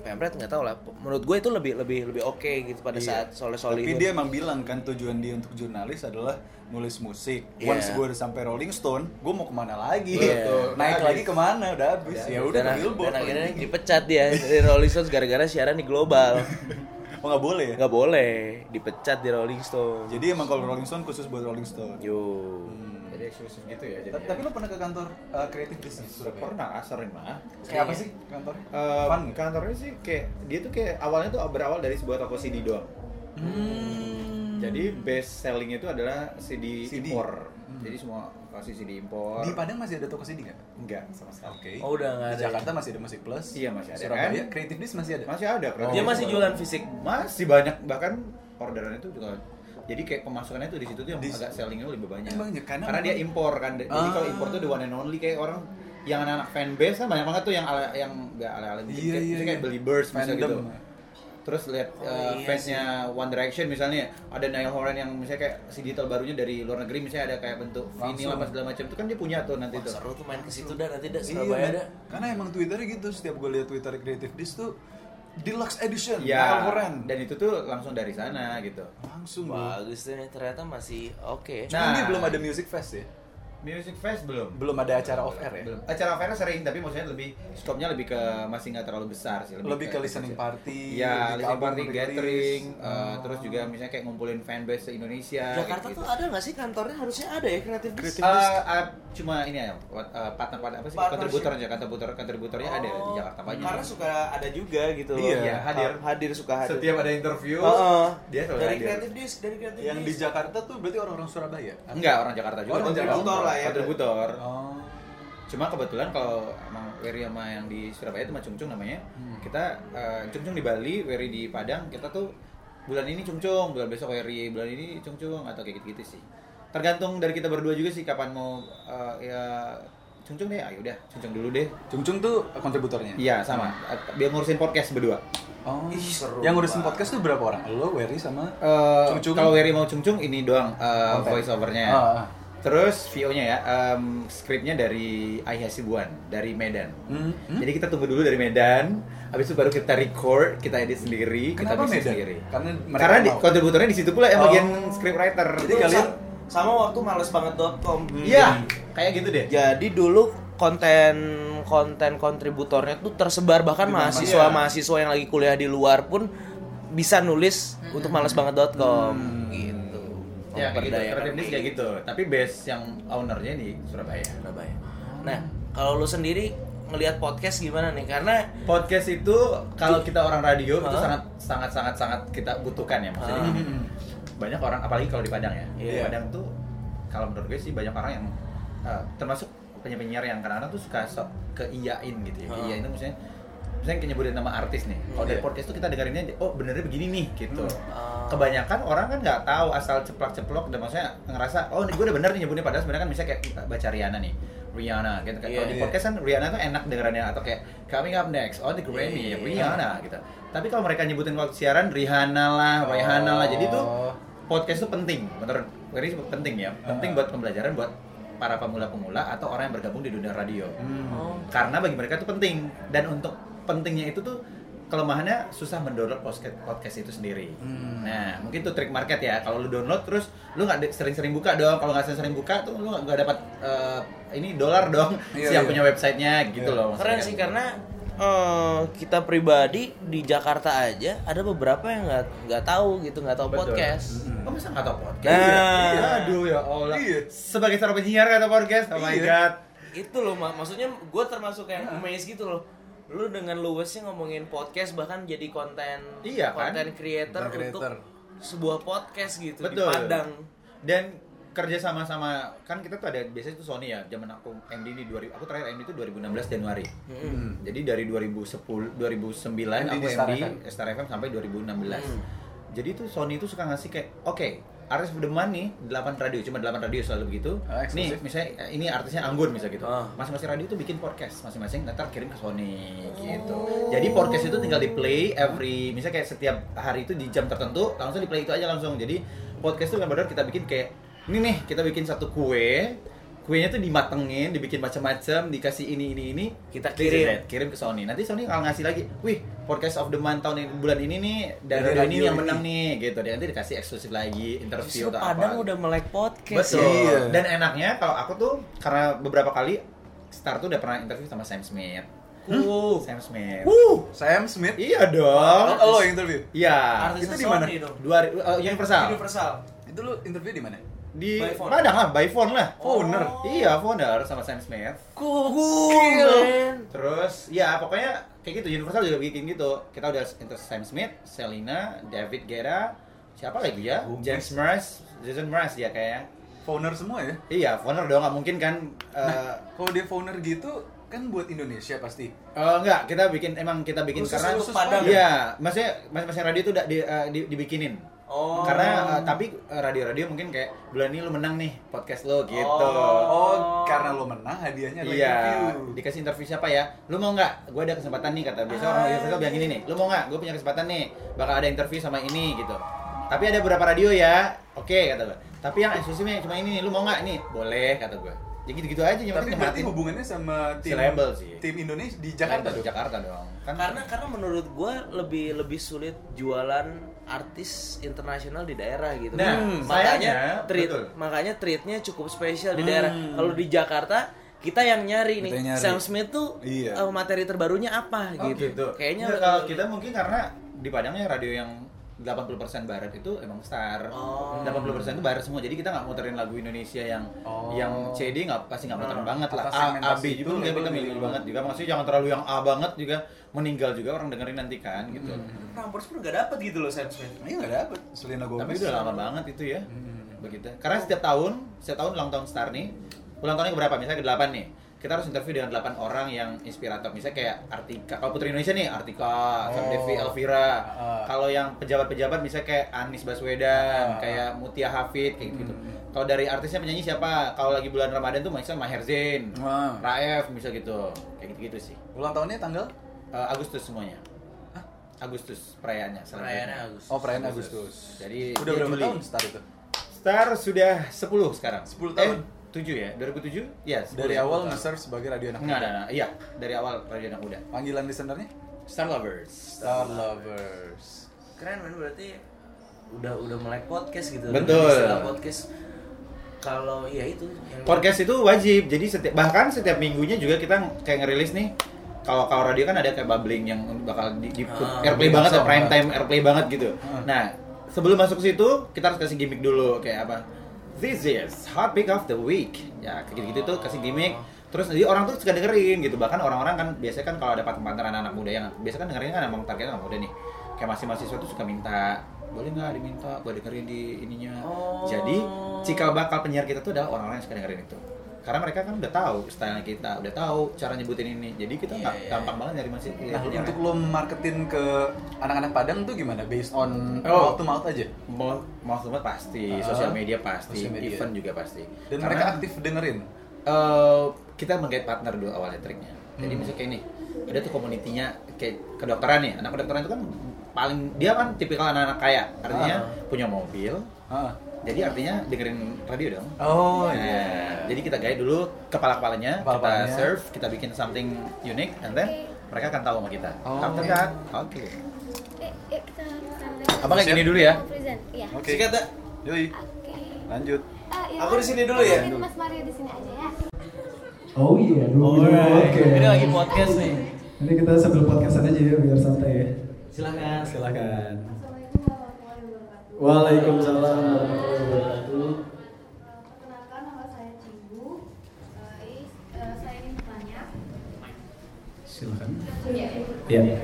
Pemret nggak tahu lah. Menurut gue itu lebih lebih lebih oke gitu pada
Iya.
saat Soleh
Tapi
Solihun.
dia emang bilang kan tujuan dia untuk jurnalis adalah nulis musik.
Iya.
Once gue udah sampai Rolling Stone, gue mau kemana lagi?
Betul.
Naik
Udah
lagi kemana? Udah habis. Ya udah
dan,
ke Billboard.
dan akhirnya dipecat dia dari Rolling Stones gara-gara siaran di global.
Oh nggak boleh ya?
Nggak boleh dipecat di Rolling Stones.
Jadi Hmm. emang kalau Rolling Stone khusus buat Rolling Stone.
Yo.
Iya. jadi eksklusif gitu ya jadi
Ta- Tapi lo pernah ke kantor eh, kreatif bisnis Surabaya?
pernah ah, sering mah
Kayak apa sih kantornya?
Eh,
Fun nggak?
kantornya sih kayak dia tuh kayak awalnya tuh berawal dari sebuah toko CD doang
Hmm.
jadi best selling itu adalah CD,
CD.
impor jadi semua kasih CD impor
Hmm. Di Padang masih ada toko CD nggak?
enggak
Sama sekali. Oke.
Oh, udah nggak
Di
ada.
Jakarta masih ada Musik Plus.
Iya, masih ada,
Surabaya
kan?
kreatif bisnis Oh. masih ada. Iya,
masih ada berarti.
Dia masih jualan fisik.
masih banyak bahkan orderannya tuh juga jadi kayak pemasukannya tuh di situ tuh yang
Di-
agak sellingnya lebih banyak.
Banyak, karena-
karena, dia impor kan. Jadi
Ah.
kalau impor tuh the one and only kayak orang yang anak-anak fanbase kan banyak banget tuh yang ala yang enggak ala-ala gitu.
Iya,
kayak,
iya,
kayak
iya.
beli burst misalnya gitu.
Fandom. Iya,
Terus lihat
Oh, iya
uh, fansnya One Direction misalnya ada Niall Horan yang misalnya kayak si digital barunya dari luar negeri misalnya ada kayak bentuk
Langsung.
vinyl apa segala macam itu kan dia punya tuh nanti
Wah,
tuh.
seru Oh, tuh main ke situ dah nanti dah
Iya,
Surabaya
men.
dah.
Karena emang Twitternya gitu, setiap gue lihat Twitter kreatif bis tuh deluxe edition,
Ya,
Alvoran.
dan itu tuh langsung dari sana gitu.
langsung bro.
Bagus tuh nih, ternyata masih oke.
Nah.
Cuman dia belum ada music fest ya?
Music Fest belum?
Belum ada acara off air ya?
Belum. Acara fairnya sering tapi maksudnya lebih skopnya lebih ke masih nggak terlalu besar sih.
Lebih ke listening
Iya,
party, lebih ke
listening
album
party,
rilis.
gathering,
Oh.
eh, terus juga misalnya kayak ngumpulin fanbase gitu. se Indonesia.
Jakarta tuh ada nggak sih kantornya harusnya ada ya kreatif bis?
Eh, cuma ini ya, what- eh, partner-partner apa sih?
Partnership. Oh.
Kontributor aja, kontributor kontributornya ada di Jakarta banyak.
Karena suka ada juga gitu. loh.
Iya,
hadir.
hadir suka hadir.
setiap ada interview,
Heeh.
dia selalu
dari
hadir.
kreatif dis, dari kreatif
Yang di
dis.
Jakarta tuh berarti orang-orang Surabaya?
Enggak, orang Jakarta juga.
Orang Jakarta.
Kontributor lah ya. Kontributor.
Oh.
Cuma kebetulan kalau emang Wery sama yang di Surabaya itu mah Cungcung namanya. Kita eh, Cungcung di Bali, Wery di Padang, kita tuh bulan ini Cungcung, bulan besok Wery, bulan ini Cungcung atau kayak gitu-gitu sih. Tergantung dari kita berdua juga sih kapan mau eh, ya Cungcung deh, ah, ayo udah Cungcung dulu deh.
Cung-cung tuh kontributornya?
Iya, sama. Dia ngurusin podcast berdua.
Oh.
Ih, seru
Yang ngurusin
banget.
podcast tuh berapa orang? Lo, Wery sama
Eh,
Cungcung?
kalau Wery mau Cungcung ini doang eh,
Konten.
voice overnya.
Ah, ah.
Terus VO-nya ya, em, skripnya dari Ai Hasibuan, dari Medan.
Hmm, hmm.
Jadi kita tunggu dulu dari Medan, habis itu baru kita record, kita edit sendiri, kita
Kenapa
mix
Medan?
sendiri.
Karena mereka
Karena di,
mau.
kontributornya di situ pula yang
Oh.
bagian scriptwriter.
Jadi kalian-
sama waktu malesbanget.com.
Iya, kayak gitu deh.
Jadi dulu konten konten kontributornya tuh tersebar bahkan mahasiswa mahasiswa yang lagi kuliah di luar pun bisa nulis untuk malesbanget.com gitu.
Hmm.
Oh,
Ya, kayak gitu.
Memperdayakan
Kreatif Dis kayak gitu. Tapi base yang ownernya di Surabaya.
Surabaya. Nah, kalau lu sendiri ngelihat podcast gimana nih? Karena
Podcast itu kalau kita orang radio itu
Hah?
sangat sangat sangat sangat kita butuhkan ya maksudnya.
Ah.
Banyak orang apalagi kalau di Padang ya. Di
Iya.
Padang tuh kalau menurut gue sih banyak orang yang eh, termasuk penyiar-penyiar yang kadang-kadang tuh suka sok keiyain gitu ya.
Ah.
Keiyain itu maksudnya misalnya kayak nyebutin nama artis nih. Kalau dari
Iya.
podcast tuh kita dengerinnya oh benernya begini nih gitu.
Hmm.
Kebanyakan orang kan nggak tahu asal ceplok-ceplok dan maksudnya ngerasa oh ini gue udah bener nih nyebutnya padahal sebenarnya kan misalnya kayak kita baca Rihanna nih. Rihanna gitu kan.
Iya,
Kalau di
iya.
podcast kan Rihanna tuh enak dengerannya atau kayak coming up next on the Grammy
Iya.
Rihanna gitu. Tapi kalau mereka nyebutin waktu siaran Rihanna lah, Rihanna lah. Jadi tuh
Oh.
Oh.
podcast tuh penting menurut Ferry sih penting ya.
Ah.
Penting buat pembelajaran buat para pemula-pemula atau orang yang bergabung di dunia radio.
Hmm.
Karena bagi mereka itu penting dan untuk pentingnya itu tuh kelemahannya susah mendownload podcast podcast itu sendiri.
Hmm.
Hmm.
Nah, mungkin tuh trik market ya. Kalau lu download terus lu nggak de- sering-sering buka dong. Kalau nggak sering-sering buka tuh lu nggak nggak dapat eh, ini dolar dong.
Iya,
siap
iya.
punya websitenya gitu
Iya.
loh.
keren
maksudnya.
sih karena eh, kita pribadi di Jakarta aja ada beberapa yang nggak nggak tahu gitu nggak tahu
Betul.
Hmm.
podcast.
Oh masa nggak tau podcast?
Nah.
Iya, iya. Aduh ya Allah.
Iya.
Sebagai seorang penyiar nggak tau podcast? Oh my
Iya.
god.
Itu loh mak- maksudnya gue termasuk yang amazed gitu loh. Lu dengan luwesnya ngomongin podcast bahkan jadi konten
Iya kan?
konten creator
Content
untuk
creator.
sebuah podcast gitu di
Betul.
Padang.
Dan kerja sama-sama kan kita tuh ada biasanya tuh Sony ya zaman aku MD di 2000 aku terakhir MD itu 2016 Januari. Jadi dari 2010 2009
MD
aku
di Star
MD
FM.
Hmm.
Star FM sampai 2016. Jadi tuh Sony itu suka ngasih kayak oke artis Budeman nih 8 radio cuma 8 radio selalu begitu.
Ah,
nih
eksklusif.
misalnya eh, ini artisnya Anggun misalnya gitu.
Ah.
Masing-masing radio tuh bikin podcast masing-masing ntar kirim ke Sony gitu.
Oh.
Jadi podcast itu tinggal di play every misalnya kayak setiap hari itu di jam tertentu langsung di play itu aja langsung. Jadi podcast tuh benar-benar kita bikin kayak ini nih kita bikin satu kue kuenya tuh dimatengin, dibikin macam-macam, dikasih ini ini ini,
Kita
This
kirim.
is it. kirim ke Sony. Nanti Sony akan ngasih lagi, wih podcast of the month tahun ini bulan ini nih
Dari
dari radio ini
radio
yang
ini.
menang nih, gitu. Dia nanti dikasih eksklusif lagi interview
Justru
atau
Padang
apa.
udah melek podcast.
ya.
Betul.
Iya.
Dan enaknya kalau aku tuh karena beberapa kali Star tuh udah pernah interview sama Sam Smith. Hmm?
Uh.
Sam Smith.
Wuh.
Sam Smith
Iya dong.
oh, lo yang interview
Iya.
Itu di mana?
Sony dong.
Dua eh, Universal.
Universal.
itu lo interview di mana
Di
By phone.
Padang lah, by phone lah.
Founder.
Iya, founder sama Sam Smith.
Cool. man.
Terus ya pokoknya kayak gitu Universal juga bikin gitu. Kita udah inter Sam Smith, Selena, David Guerra, siapa lagi ya?
Gomez.
James Mraz, Jason Mraz ya kayak.
founder semua ya
Iya, founder dong nggak mungkin kan eh
Nah.
kalau dia founder gitu kan buat Indonesia pasti
eh, enggak, kita bikin emang kita bikin
Khusus
karena
untuk Padang.
Iya, maksudnya masing-masing radio itu udah di, eh, di- dibikinin.
Oh.
Karena eh, tapi eh, radio-radio mungkin kayak bulan ini lu menang nih podcast lo gitu.
oh karena lo menang hadiahnya lo
Iya,
interview
dikasih interview siapa ya? Lu mau nggak? Gue ada kesempatan nih kata biasa
Ah.
orang Universal bilang gini nih. Lu mau nggak? Gue punya kesempatan nih, bakal ada interview sama ini gitu. Tapi ada beberapa radio ya, oke kata gue. Tapi yang eksklusifnya cuma ini nih, lu mau nggak nih? Boleh kata gue. Ya gitu-gitu aja,
tapi
yang penting
berarti
nikmatin.
hubungannya sama tim
Si label sih.
tim Indonesia di Jakarta
Di
dong
Jakarta dong. Kan
Karena karena menurut gue lebih lebih sulit jualan artis internasional di daerah gitu.
Nah, sayangnya,
makanya treat
betul. Hmm.
makanya treatnya cukup spesial di daerah. Kalau di Jakarta kita yang nyari nih
Kita yang nyari.
Sam Smith tuh
Iya.
eh, materi terbarunya apa
Oh,
gitu. Kayaknya
Nggak, kalau kita mungkin karena di Padangnya radio yang 80% barat itu emang star. 80% itu barat semua. Jadi kita nggak muterin lagu Indonesia yang
Oh. Hmm.
yang CD nggak pasti nggak muterin banget lah.
Atas
A, A,
segmentasi gitu ya,
B
itu
juga
label
kita
lebih
milih
dulu.
banget juga. Maksudnya jangan terlalu yang A banget juga meninggal juga orang dengerin nanti kan gitu.
Hmm.
Numbers pun nggak dapet gitu loh Sam Smith.
Iya nggak dapet Selena Gomez. Hmm.
Tapi udah lama banget itu ya. Begitu. Karena setiap tahun, setiap tahun ulang tahun Star nih, ulang tahunnya berapa? Misalnya ke-8 nih. Kita harus interview dengan 8 orang yang inspirator. Misalnya kayak Artika, kalau Putri Indonesia nih, Artika, Sam
Oh.
Devi, Elvira.
Ah.
Kalau yang pejabat-pejabat misalnya kayak Anies Baswedan,
Ah.
kayak Mutia Hafid kayak gitu. Kalau dari artisnya penyanyi siapa? Kalau lagi bulan Ramadan tuh misalnya Maher Zain,
Wah.
Raef misal gitu. Kayak gitu-gitu sih.
Ulang tahunnya tanggal?
Eh, Agustus semuanya. Agustus perayaannya.
Perayaannya
celebrate-nya.
Agus.
Oh perayaan Agustus.
Jadi
Udah
iya,
berapa
Juli.
tahun start itu?
Star sudah 10 sekarang.
10 tahun.
Eh, 7 ya? 2007? Ya, 10
Dari
tahun.
awal nge-serve sebagai radio anak
Enggak,
muda.
enggak, enggak. Iya, dari awal Radio Anak Muda.
Panggilan listenernya?
Star Lovers.
Star Lovers.
Keren men berarti udah udah mulai podcast gitu.
Betul.
Istilah podcast kalau
iya
ya itu yang
Podcast itu wajib. Jadi setiap bahkan setiap minggunya juga kita kayak ngerilis nih kalau kalau radio kan ada kayak bubbling yang bakal di, di-
Ah,
airplay banget ya
sama.
prime time airplay banget gitu.
Ah.
Nah, sebelum masuk ke situ kita harus kasih gimmick dulu kayak apa? This is hot pick of the week. Ya, kayak gitu-gitu tuh kasih gimmick. Terus jadi orang tuh suka dengerin gitu. Bahkan orang-orang kan biasanya kan kalau ada partner anak muda yang biasanya kan dengerin kan emang targetnya anak muda nih. Kayak masih mahasiswa tuh suka minta boleh nggak diminta gue dengerin di ininya
Oh.
jadi cikal bakal penyiar kita tuh adalah orang-orang yang suka dengerin itu karena mereka kan udah tahu style kita udah tahu cara nyebutin ini jadi
Iya,
kita nggak gampang banget nyari Iya, masih
Nah, untuk lo marketin ke anak-anak Padang tuh gimana? Based on
Oh.
mouth to mouth aja?
mau mau semua pasti
Ah.
sosial media pasti
Sosial media.
event juga pasti
Dan mereka aktif dengerin?
eh, kita menggait partner dulu awalnya triknya jadi misalnya kayak ini ada tuh komunitinya kayak kedokteran nih anak kedokteran itu kan paling dia kan tipikal anak-anak kaya artinya punya mobil
Ah.
jadi artinya dengerin radio dong
Oh
Nah, Jadi kita gaya dulu kepala-kepalanya,
Kepala-kepalanya.
iya. kita serve, kita bikin something unique, and then mereka akan tahu sama kita.
Oh.
After that, oke.
Eh, eh, kita harus sampai.
Abang kayak gini dulu ya.
Present, iya.
Oke.
Sikat, Dak.
Yoi,
Oke.
Nah,
lanjut.
Ah, iya.
Aku di sini dulu ya?
Mungkin Mas Mario di sini aja ya.
Oh iya, dulu Oke.
Ini lagi podcast nih.
Nanti kita sambil podcast aja ya biar santai ya.
Silakan.
Silakan.
ya.
Waalaikumsalam warahmatullahi wabarakatuh.
Eh,
Perkenalkan nama saya Cibu. Eh, eh, saya ingin bertanya.
Silakan. Iya.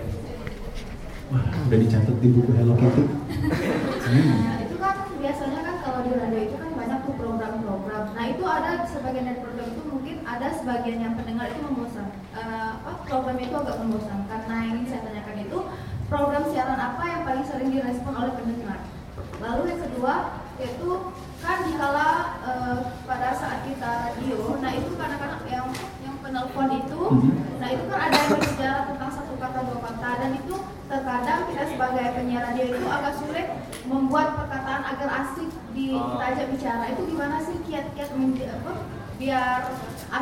Wah, udah dicatat di buku Hello Kitty.
Nah, itu kan biasanya kan kalau di Belanda itu kan banyak tuh program-program. Nah, itu ada sebagian dari program itu mungkin ada sebagian yang pendengar itu membosan. Eh, apa program itu agak membosankan. Nah, yang ingin saya tanyakan itu program siaran apa yang paling sering direspon oleh pendengar? Lalu yang kedua, yaitu kan dikala eh, pada saat kita radio, nah itu kadang-kadang yang yang penelpon itu,
Mhm.
nah itu kan ada yang berbicara tentang satu kata dua kata dan itu terkadang kita sebagai penyiar radio itu agak sulit membuat perkataan agar asik di
Oh.
kita ajak bicara. Itu gimana sih kiat-kiat men- apa, biar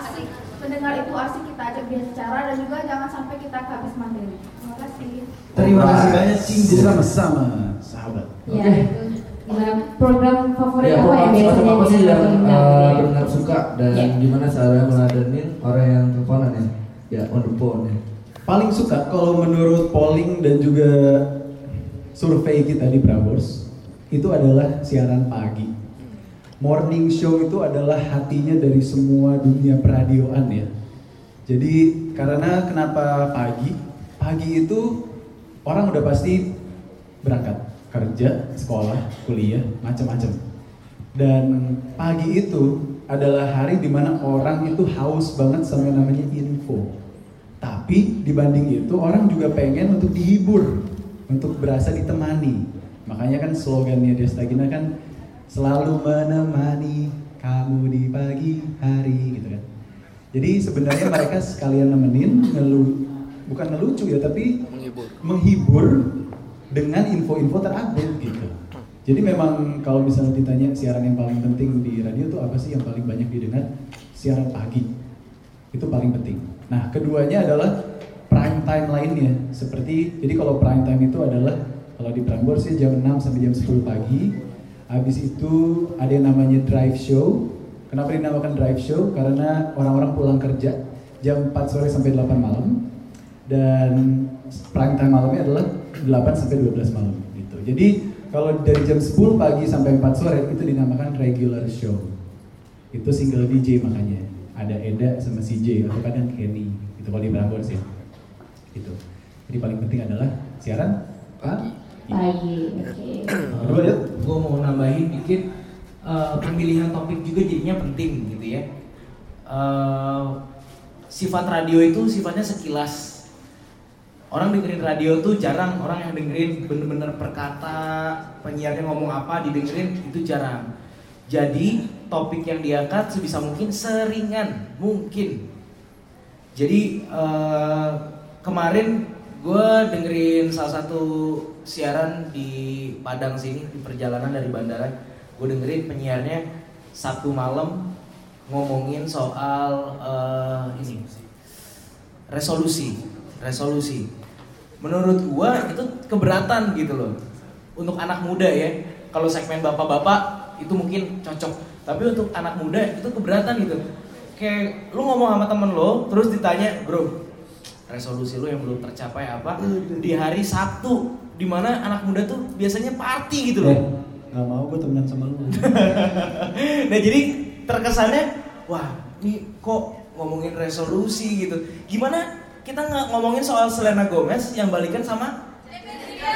asik pendengar itu asik kita ajak bicara dan juga jangan sampai kita habis materi. Terima kasih.
Terima kasih banyak Cing bersama-sama sahabat.
Ya, itu gimana program favorit
Ya,
apa ya
program
biasanya
semacam apa sih yang Iya.
diundang
eh,
ya?
benar suka dan
Ya.
gimana cara meladenin orang yang teleponan ya? Ya, on the phone ya.
Paling suka kalau menurut polling dan juga survei kita di Prambors itu adalah siaran pagi. Morning show itu adalah hatinya dari semua dunia peradioan ya. Jadi karena kenapa pagi? Pagi itu orang udah pasti berangkat kerja, sekolah, kuliah, macam-macam. Dan pagi itu adalah hari dimana orang itu haus banget sama yang namanya info. Tapi dibanding itu orang juga pengen untuk dihibur, untuk berasa ditemani. Makanya kan slogannya Destagina kan selalu menemani kamu di pagi hari gitu kan. Jadi sebenarnya mereka sekalian nemenin, ngelu, bukan ngelucu ya tapi
Menghibur.
menghibur dengan info-info terupdate gitu. Jadi memang kalau misalnya ditanya siaran yang paling penting di radio tuh apa sih yang paling banyak didengar? Siaran pagi itu paling penting. Nah keduanya adalah prime time lainnya seperti jadi kalau prime time itu adalah kalau di Prambors ya jam 6 sampai jam 10 pagi. Habis itu ada yang namanya drive show. Kenapa dinamakan drive show? Karena orang-orang pulang kerja jam 4 sore sampai 8 malam dan prime time malamnya adalah 8 sampai 12 malam gitu. Jadi kalau dari jam 10 pagi sampai 4 sore itu dinamakan regular show. Itu single DJ makanya. Ada Eda sama CJ atau kadang Kenny. Itu kalau di Prambors ya. Gitu. Jadi paling penting adalah siaran pagi.
Pagi, oke.
Kedua, Dit.
gue mau nambahin dikit eh, pemilihan topik juga jadinya penting gitu ya. Eh, sifat radio itu sifatnya sekilas. Orang dengerin radio tuh jarang orang yang dengerin bener-bener perkata penyiarnya ngomong apa didengerin itu jarang. Jadi topik yang diangkat sebisa mungkin seringan mungkin. Jadi eh, kemarin gue dengerin salah satu siaran di Padang sini di perjalanan dari bandara. Gue dengerin penyiarnya Sabtu malam ngomongin soal eh, ini resolusi, resolusi. Menurut gue itu keberatan gitu loh untuk anak muda ya. Kalau segmen bapak-bapak itu mungkin cocok, tapi untuk anak muda itu keberatan gitu. Kayak lu ngomong sama temen lo, terus ditanya, bro, resolusi lu yang belum tercapai apa di hari Sabtu, dimana anak muda tuh biasanya party gitu loh.
Gak mau gue temenan sama lu.
nah jadi terkesannya wah ini kok ngomongin resolusi gitu gimana kita nggak ngomongin soal Selena Gomez yang balikan sama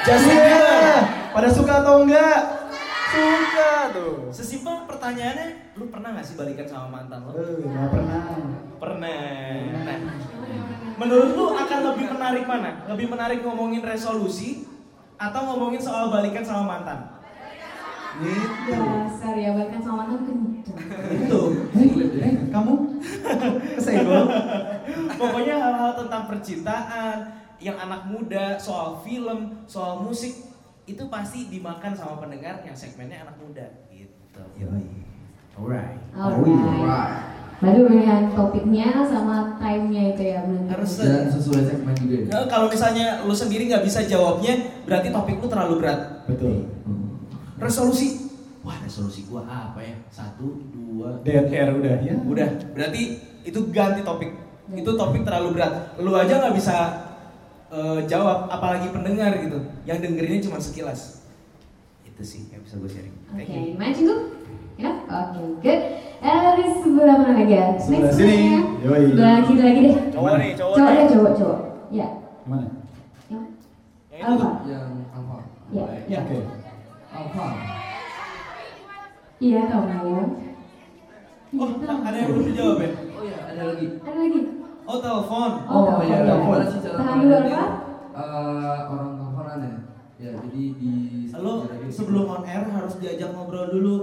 Justin
Iya.
Bieber
Pada suka atau enggak? Suka tuh.
sesimpel pertanyaannya lu pernah nggak sih balikan sama mantan lo
Gak Eh, pernah.
pernah nah, menurut lu akan lebih menarik mana lebih menarik ngomongin resolusi atau ngomongin soal balikan sama mantan
Dasar ya, bahkan sama mantan kenceng.
itu ya.
kamu kesenggol
pokoknya hal-hal tentang percintaan yang anak muda soal film soal musik itu pasti dimakan sama pendengar yang segmennya anak muda gitu alright
Alright. Berarti pemilihan topiknya sama time-nya itu ya belum
Harus
tentu.
Dan
sesuai segmen juga
Nah, kalau misalnya lu sendiri nggak bisa jawabnya berarti topik lu terlalu berat
Betul.
resolusi Hmm. wah resolusi gua apa ya satu dua
Dead air udah ya.
udah berarti itu ganti topik itu topik terlalu berat lu aja nggak bisa eh, jawab apalagi pendengar gitu yang dengerinnya cuma sekilas itu sih yang bisa gue sharing
Oke, mana cukup? Ya, oke, good. Eh, dari sebelah mana lagi ya?
Sebelah
Next
sini.
mana ya?
Yoi.
Sebelah kiri lagi deh.
Cowok nih, cowok
Cowok
nih.
deh, cowok, cowok. Ya.
Mana?
Yang- Alfa.
yang apa
Ya.
Ya. Oke.
apa
Iya, kamu.
oh ada yang belum dijawab ya oh iya ada lagi
Ada lagi.
oh telepon
Oh, telepon.
telepon.
Tahan dulu, Alfa.
Eh, orang teleponan ya
Ya, jadi di
Lo sebelum on air harus diajak ngobrol dulu.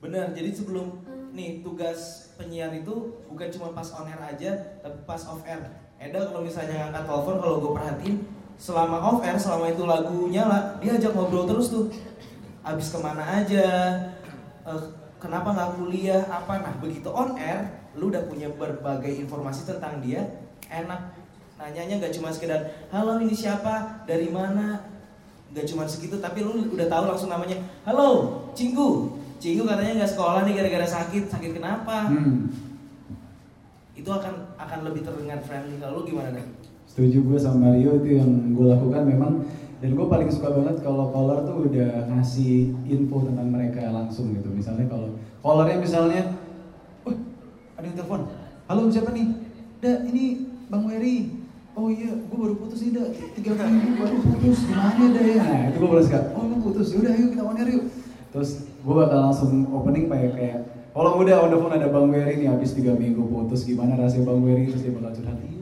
Benar, jadi sebelum nih tugas penyiar itu bukan cuma pas on air aja, tapi pas off air. Eda kalau misalnya ngangkat telepon kalau gue perhatiin selama off air selama itu lagu nyala dia ajak ngobrol terus tuh abis kemana aja eh, kenapa nggak kuliah apa nah begitu on air lu udah punya berbagai informasi tentang dia enak nanyanya nggak cuma sekedar halo ini siapa dari mana nggak cuma segitu tapi lu udah tahu langsung namanya halo cinggu cinggu katanya nggak sekolah nih gara-gara sakit sakit kenapa
Hmm.
itu akan akan lebih terdengar friendly kalau lu gimana nih
setuju gue sama Mario itu yang gue lakukan memang dan gue paling suka banget kalau caller tuh udah ngasih info tentang mereka langsung gitu misalnya kalau callernya misalnya wah ada yang telepon halo siapa nih da ini bang Wery oh iya gue baru putus nih da tiga minggu baru putus gimana da ya nah itu gue baru suka oh lu putus yaudah yuk kita on air yuk terus gue bakal langsung opening kayak kayak kalau udah on the phone ada bang Wery nih habis tiga minggu putus gimana rasanya bang Wery terus dia bakal curhat "Iya,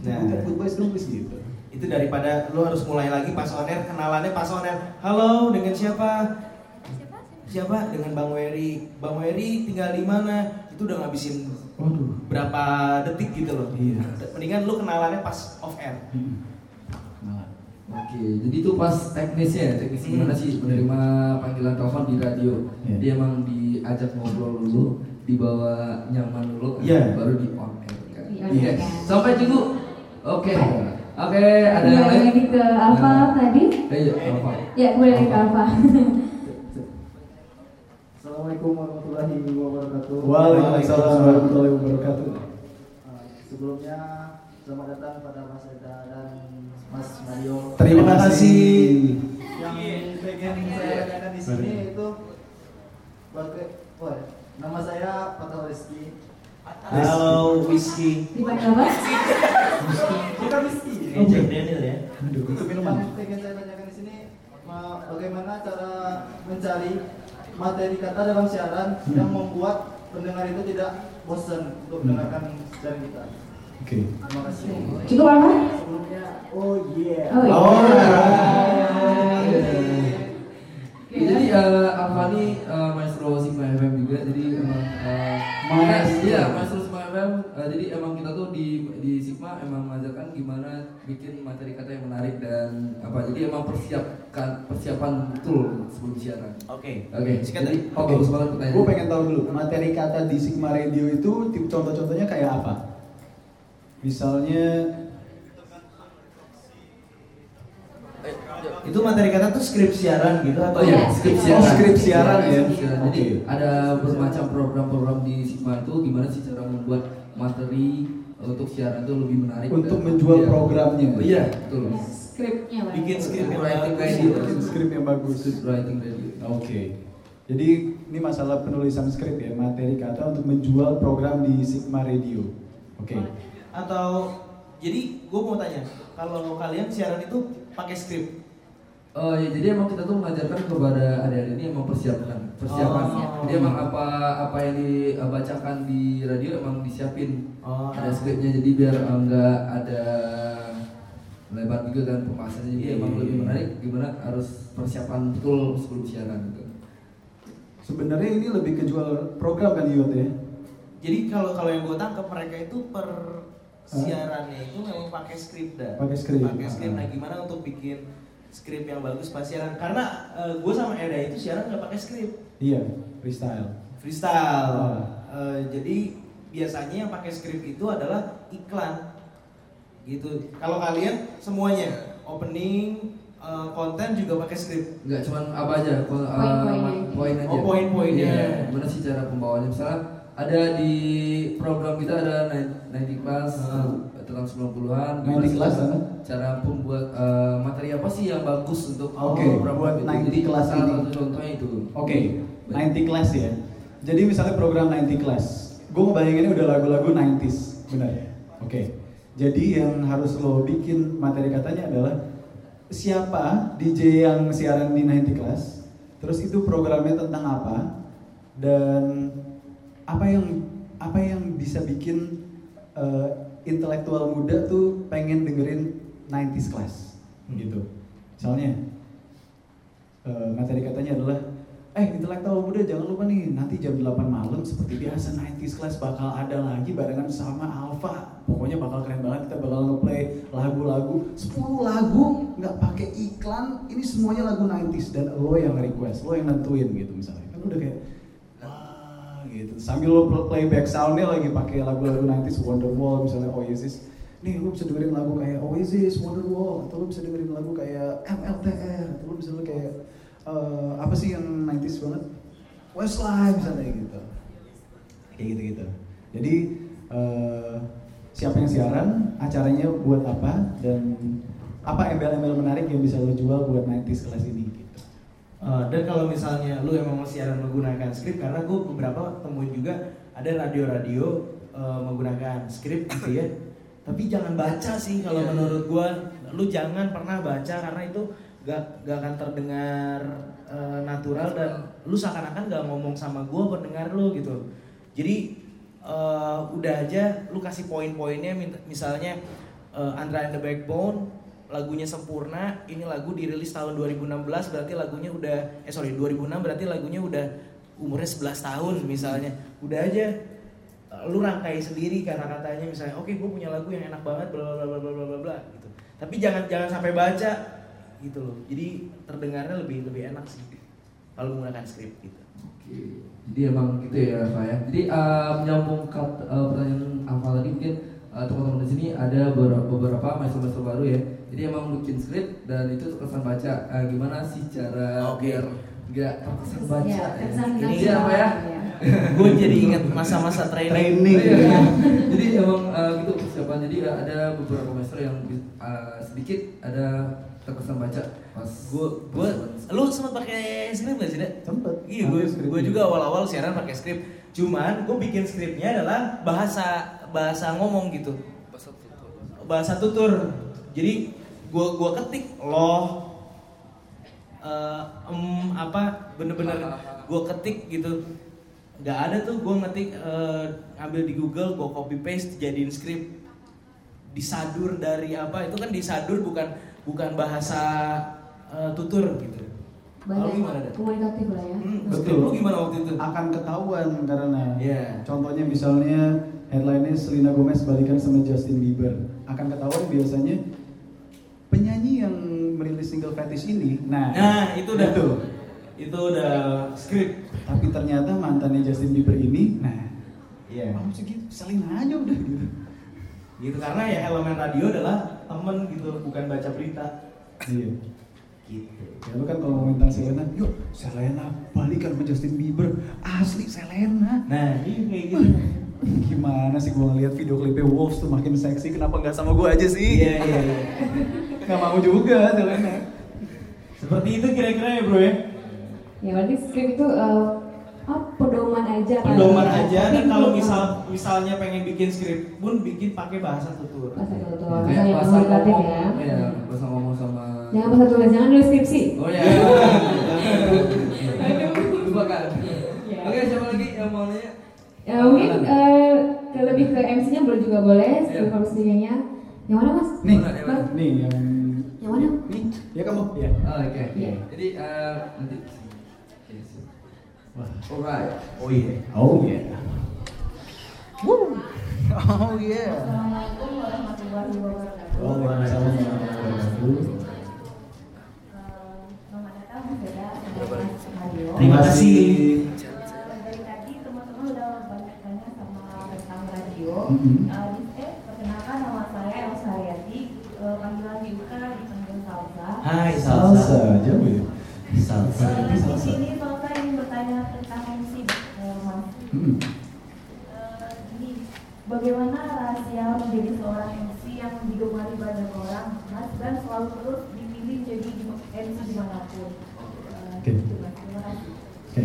Nah,
gitu.
Itu daripada lu harus mulai lagi pas on air, kenalannya pas on air. Halo, dengan siapa? Siapa? Dengan Bang Wery. Bang Wery tinggal di mana? Itu udah ngabisin berapa detik gitu loh. Mendingan lu kenalannya pas off air.
Nah, Oke, jadi itu pas teknisnya, ya, teknis
Hmm.
gimana sih menerima panggilan telepon di radio.
Iya.
Dia emang diajak ngobrol dulu, dibawa nyaman dulu,
Iya.
baru di on air. kan?
Di on
Iya.
air.
Sampai dulu. Oke, oke ada yang
Kembali
lain?
lagi ke Eh, Alfa tadi.
Ayo, apa?
Ya, kembali lagi ke Alfa.
Assalamualaikum warahmatullahi wabarakatuh.
Waalaikumsalam warahmatullahi wabarakatuh.
Ah, Sebelumnya selamat datang pada Mas Eda dan Mas Mario.
Terima kasih.
Yang
Iya.
pengen saya tanyakan di sini itu bagai, oh, nama saya Fatal Rizky.
Halo, Whisky.
Bukan Rizky.
Ini Jack Daniel ya.
Yang pengen saya tanyakan di sini ma- bagaimana cara mencari materi kata dalam siaran yang membuat pendengar itu tidak bosan untuk mendengarkan siaran kita.
Oke.
Terima kasih.
Cukup lama?
Sebelumnya, oh yeah.
Oh, iya.
Oh, iya. Ya, jadi eh apa nih eh, maestro Sigma FM juga jadi emang eh,
Maestro.
iya maestro Sigma FM eh, jadi emang kita tuh di di Sigma emang mengajarkan gimana bikin materi kata yang menarik dan apa jadi emang persiapkan persiapan betul sebelum siaran
Oke.
oke jadi oh,
Oke,
bagus banget pertanyaan
gue pengen tahu dulu materi kata di Sigma Radio itu tip contoh-contohnya kayak apa? Misalnya
Itu materi kata tuh skrip siaran gitu atau
Oh iya, skrip siaran.
Oh, skrip siaran ya.
Skrip siaran. Jadi ada bermacam program-program di Sigma itu gimana sih cara membuat materi untuk siaran itu lebih menarik
Untuk
dan-
menjual
Iya.
programnya.
Oh, Iya, betul.
Skripnya Pak.
writing radio.
Bikin skrip yang bagus.
writing radio.
Oke. Jadi ini masalah penulisan skrip ya, materi kata untuk menjual program di Sigma Radio. Oke.
Atau jadi gue mau tanya, kalau kalian siaran itu pakai skrip?
Oh ya, jadi emang kita tuh mengajarkan kepada adik-adik ini emang persiapan, persiapan.
Oh.
Jadi emang apa Eh, apa yang dibacakan di radio emang disiapin.
Oh,
Nah,
Ada skripnya jadi biar eh, enggak ada lebar juga kan pembahasannya jadi
Iya,
emang
iya,
lebih
iya.
menarik gimana harus persiapan betul sebelum siaran gitu.
Sebenarnya ini lebih ke jual program kan Yot ya?
Jadi kalau kalau yang gue tangkap mereka itu per siarannya itu memang pakai skrip dah.
Pakai Ah. skrip.
Pakai skrip. Nah gimana untuk bikin skrip yang bagus pas siaran? Karena gue sama Eda itu siaran nggak pakai skrip,
Iya, freestyle.
freestyle.
Ah.
Eh, jadi biasanya yang pakai skrip itu adalah iklan. Gitu. Kalau kalian semuanya opening eh, konten juga pakai skrip.
Enggak cuman apa aja kalau, uh, ma- poin aja.
Oh poin-poinnya.
Iya, gimana sih cara pembawaannya? Misalnya ada di program kita ada
Ah.
90 class tentang 90-an. gimana
90
sih
class,
cara-
huh?
Cara pembuat uh, materi apa sih yang bagus untuk
Oke,
program
Oh, buat
itu?
90
Jadi
class
salah
ini.
satu contohnya itu.
Oke, 90 class ya. Jadi misalnya program 90 class. Gue ngebayanginnya udah lagu-lagu 90s, benar ya? Oke. Jadi yang harus lo bikin materi katanya adalah siapa DJ yang siaran di 90 class, terus itu programnya tentang apa dan apa yang apa yang bisa bikin eh, intelektual muda tuh pengen dengerin 90s class gitu. Misalnya eh, materi katanya adalah eh intelektual muda jangan lupa nih nanti jam 8 malam seperti biasa 90s class bakal ada lagi barengan sama Alfa pokoknya bakal keren banget kita bakal ngeplay lagu-lagu 10 lagu nggak pakai iklan ini semuanya lagu 90s dan lo yang request lo yang nentuin gitu misalnya kan udah kayak wah gitu sambil lo playback soundnya lagi pakai lagu-lagu 90s Wonderwall misalnya Oasis nih lu bisa dengerin lagu kayak Oasis, Wonderwall, atau lu bisa dengerin lagu kayak MLTR, atau lu bisa dengerin kayak eh, apa sih yang 90s banget? Westlife misalnya gitu. Kayak gitu-gitu. Jadi eh, siapa yang siaran, acaranya buat apa dan apa embel-embel menarik yang bisa lu jual buat 90s kelas ini gitu.
Eh, dan kalau misalnya lu emang mau siaran menggunakan skrip karena gue beberapa temuin juga ada radio-radio eh, menggunakan skrip gitu ya tapi jangan baca sih kalau menurut gua lu jangan pernah baca karena itu gak, gak akan terdengar eh, natural dan lu seakan-akan gak ngomong sama gua pendengar lu gitu jadi eh, udah aja lu kasih poin-poinnya min- misalnya eh, Andra and the Backbone lagunya sempurna ini lagu dirilis tahun 2016 berarti lagunya udah eh sorry 2006 berarti lagunya udah umurnya 11 tahun misalnya udah aja eh, lu rangkai sendiri kata-katanya misalnya oke gue punya lagu yang enak banget bla bla bla bla bla bla bla gitu tapi jangan jangan sampai baca gitu loh jadi terdengarnya lebih lebih enak sih kalau menggunakan skrip gitu
Jadi emang gitu ya Pak ya. Jadi eh, menyambung ke eh, pertanyaan Alfa tadi mungkin eh, teman-teman di sini ada beberapa, beberapa mahasiswa-mahasiswa baru ya. Jadi emang bikin skrip dan itu terkesan baca. Eh, gimana sih cara biar nggak terkesan baca?
Ya, terkesan
Ini
baca.
apa ya?
Iya.
gue jadi inget masa-masa training,
Iya,
Iya.
iya. jadi emang eh, gitu persiapan. Jadi eh, ada beberapa master yang eh, sedikit ada terkesan baca pas
gue gue lu sempat pakai skrip gak sih Dek?
Sempet.
iya gue gue juga awal-awal siaran pakai skrip cuman gue bikin skripnya adalah bahasa bahasa ngomong gitu bahasa tutur jadi gue gua ketik loh eh, em, apa bener-bener gue ketik gitu nggak ada tuh gue ngetik eh, ambil di Google gue copy paste jadiin skrip disadur dari apa itu kan disadur bukan bukan bahasa eh, tutur gitu
Banyak
Lalu gimana, Dan?
komunikatif lah ya.
Lu gimana waktu itu? Iya.
Akan ketahuan karena
Iya.
contohnya misalnya headline-nya Selena Gomez balikan sama Justin Bieber. Akan ketahuan biasanya penyanyi yang merilis single fetish ini. Nah,
Nah, itu udah-
Itu,
itu udah skrip.
Tapi ternyata mantannya Justin Bieber ini, nah,
Iya.
kamu segitu Selena aja udah gitu.
gitu karena ya elemen radio adalah temen gitu bukan baca berita Gitu.
Iya. Ya lu kan kalau ngomongin tentang Selena, yuk Selena balikan sama Justin Bieber, asli Selena.
Nah, ini kayak gitu.
Gimana sih gua ngeliat video klipnya Wolves tuh makin seksi, kenapa nggak sama gua aja sih?
Iya, iya, iya.
Nggak mau juga Selena.
seperti itu kira-kira ya bro ya
Ya berarti skrip itu eh, apa pedoman aja kan?
pedoman aja
Tapi
dan kalau
belum-
misal misalnya pengen bikin skrip pun bikin pakai bahasa tutur
Bahasa tutur,
Kayak
bahasa yang
bahasa
komunikatif
ngomong,
ya.
Iya, bahasa ngomong sama
Jangan bahasa tulis, jangan nulis skripsi.
Oh ya. Lupa kan. Oke, siapa lagi yang mau nanya?
Ya mungkin eh, ke lebih ke MC-nya boleh juga
Iya.
boleh, skrip harus nya Yang mana mas?
Nih, nih yang
Yang mana?
ya kamu ya.
Oh, Oke.
Iya.
Jadi eh, nanti. Yes.
Wah.
Alright.
Oh iya.
Oh iya.
Oh iya.
Assalamualaikum warahmatullahi wabarakatuh.
Oh, Waalaikumsalam warahmatullahi wabarakatuh.
Terima kasih.
Dari tadi teman-teman udah banyak tanya sama tentang radio.
Mhm.
Eh, di- eh, perkenalkan nama saya Elsa Hayati, Eh, panggilan Yuka dipanggil Salsa.
Hai
Salsa,
salsa
jauh ya.
salsa
Eh, di sini Salsa ingin bertanya tentang MC, eh, Mas.
Hmm.
Eh, gini, Bagaimana rahasia menjadi seorang MC yang digemari banyak orang, Mas, dan selalu terus dipilih jadi di- MC dimanapun? Eh,
Oke.
gitu, Mas. Terima kasih.
Oke.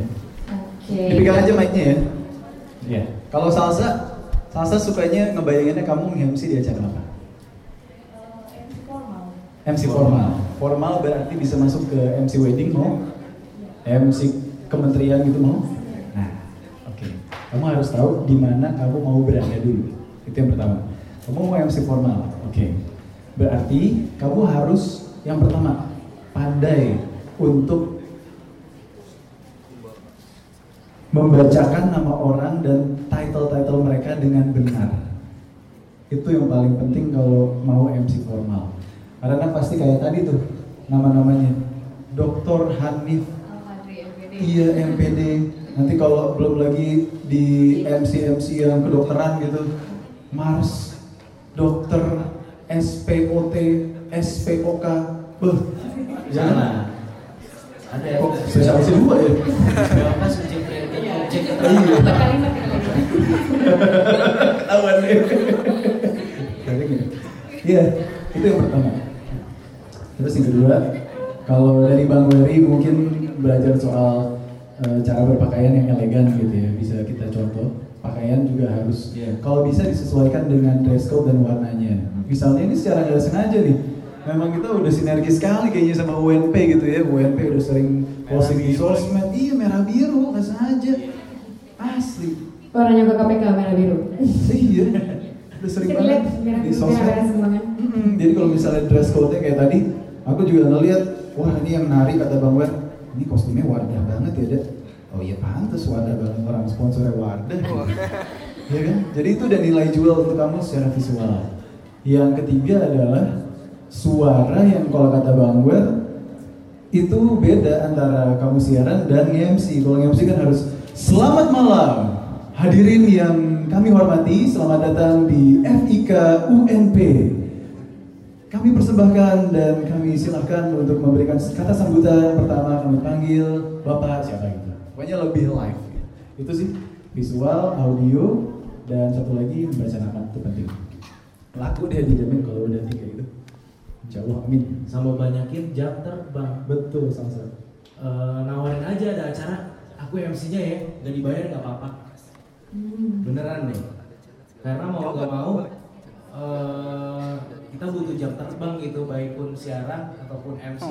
Oke.
Dipegang aja mic-nya ya. Iya. Kalau salsa, salsa sukanya ngebayanginnya kamu nge-MC di acara apa?
Eh,
MC formal. Formal berarti bisa masuk ke MC wedding mau? MC kementerian gitu mau? Nah, oke. Kamu harus tahu di mana kamu mau berada dulu. Itu yang pertama. Kamu mau MC formal, oke. Berarti kamu harus yang pertama pandai untuk membacakan nama orang dan title-title mereka dengan benar. Itu yang paling penting kalau mau MC formal. Karena pasti kayak tadi tuh nama-namanya Dr. Hanif Iya MPD. Nanti kalau belum lagi di MC MC yang kedokteran gitu, Mars, dokter, SPOT, SPOK, beh, jangan.
Ada
Kok spesialis dua ya?
Berapa subjek kayaknya objek
Iya.
Ketahuan nih.
Iya, itu yang pertama. Terus yang kedua, kalau dari Bang Wery mungkin belajar soal eh, cara berpakaian yang elegan gitu ya, bisa kita contoh. Pakaian juga harus, kalau bisa disesuaikan dengan dress code dan warnanya. Misalnya ini secara nggak sengaja nih, memang kita udah sinergi sekali kayaknya sama UNP gitu ya, UNP udah sering posting di sosmed, iya merah biru nggak sengaja, asli.
Orangnya ke KPK merah biru.
Iya. Udah sering
Saya
banget
lihat merah
di
biru,
sosmed.
merah semua kan.
Mm-mm, Jadi kalau misalnya dress code-nya kayak tadi, aku juga ngeliat, wah ini yang menarik kata Bang Wen, ini kostumnya Wardah banget ya, Dek. Oh iya pantas Wardah banget orang sponsornya Wardah. Iya kan? Jadi itu udah nilai jual untuk kamu secara visual. Yang ketiga adalah suara yang kalau kata Bang Wen itu beda antara kamu siaran dan MC. Kalau MC kan harus selamat malam. Hadirin yang kami hormati, selamat datang di FIK UNP. Kami persembahkan dan kami silahkan untuk memberikan kata sambutan pertama kami panggil Bapak siapa gitu. Pokoknya lebih live. Itu sih visual, audio, dan satu lagi membaca nama itu penting. Laku deh dijamin kalau udah tiga itu. Insya Allah amin.
Sama banyakin jam terbang.
Betul sama-sama.
Eh, nawarin aja ada acara, aku MC-nya ya, nggak dibayar nggak apa-apa.
Hmm.
Beneran nih. Karena mau nggak mau, eh, kita butuh jam terbang gitu, baik pun siaran ataupun MC.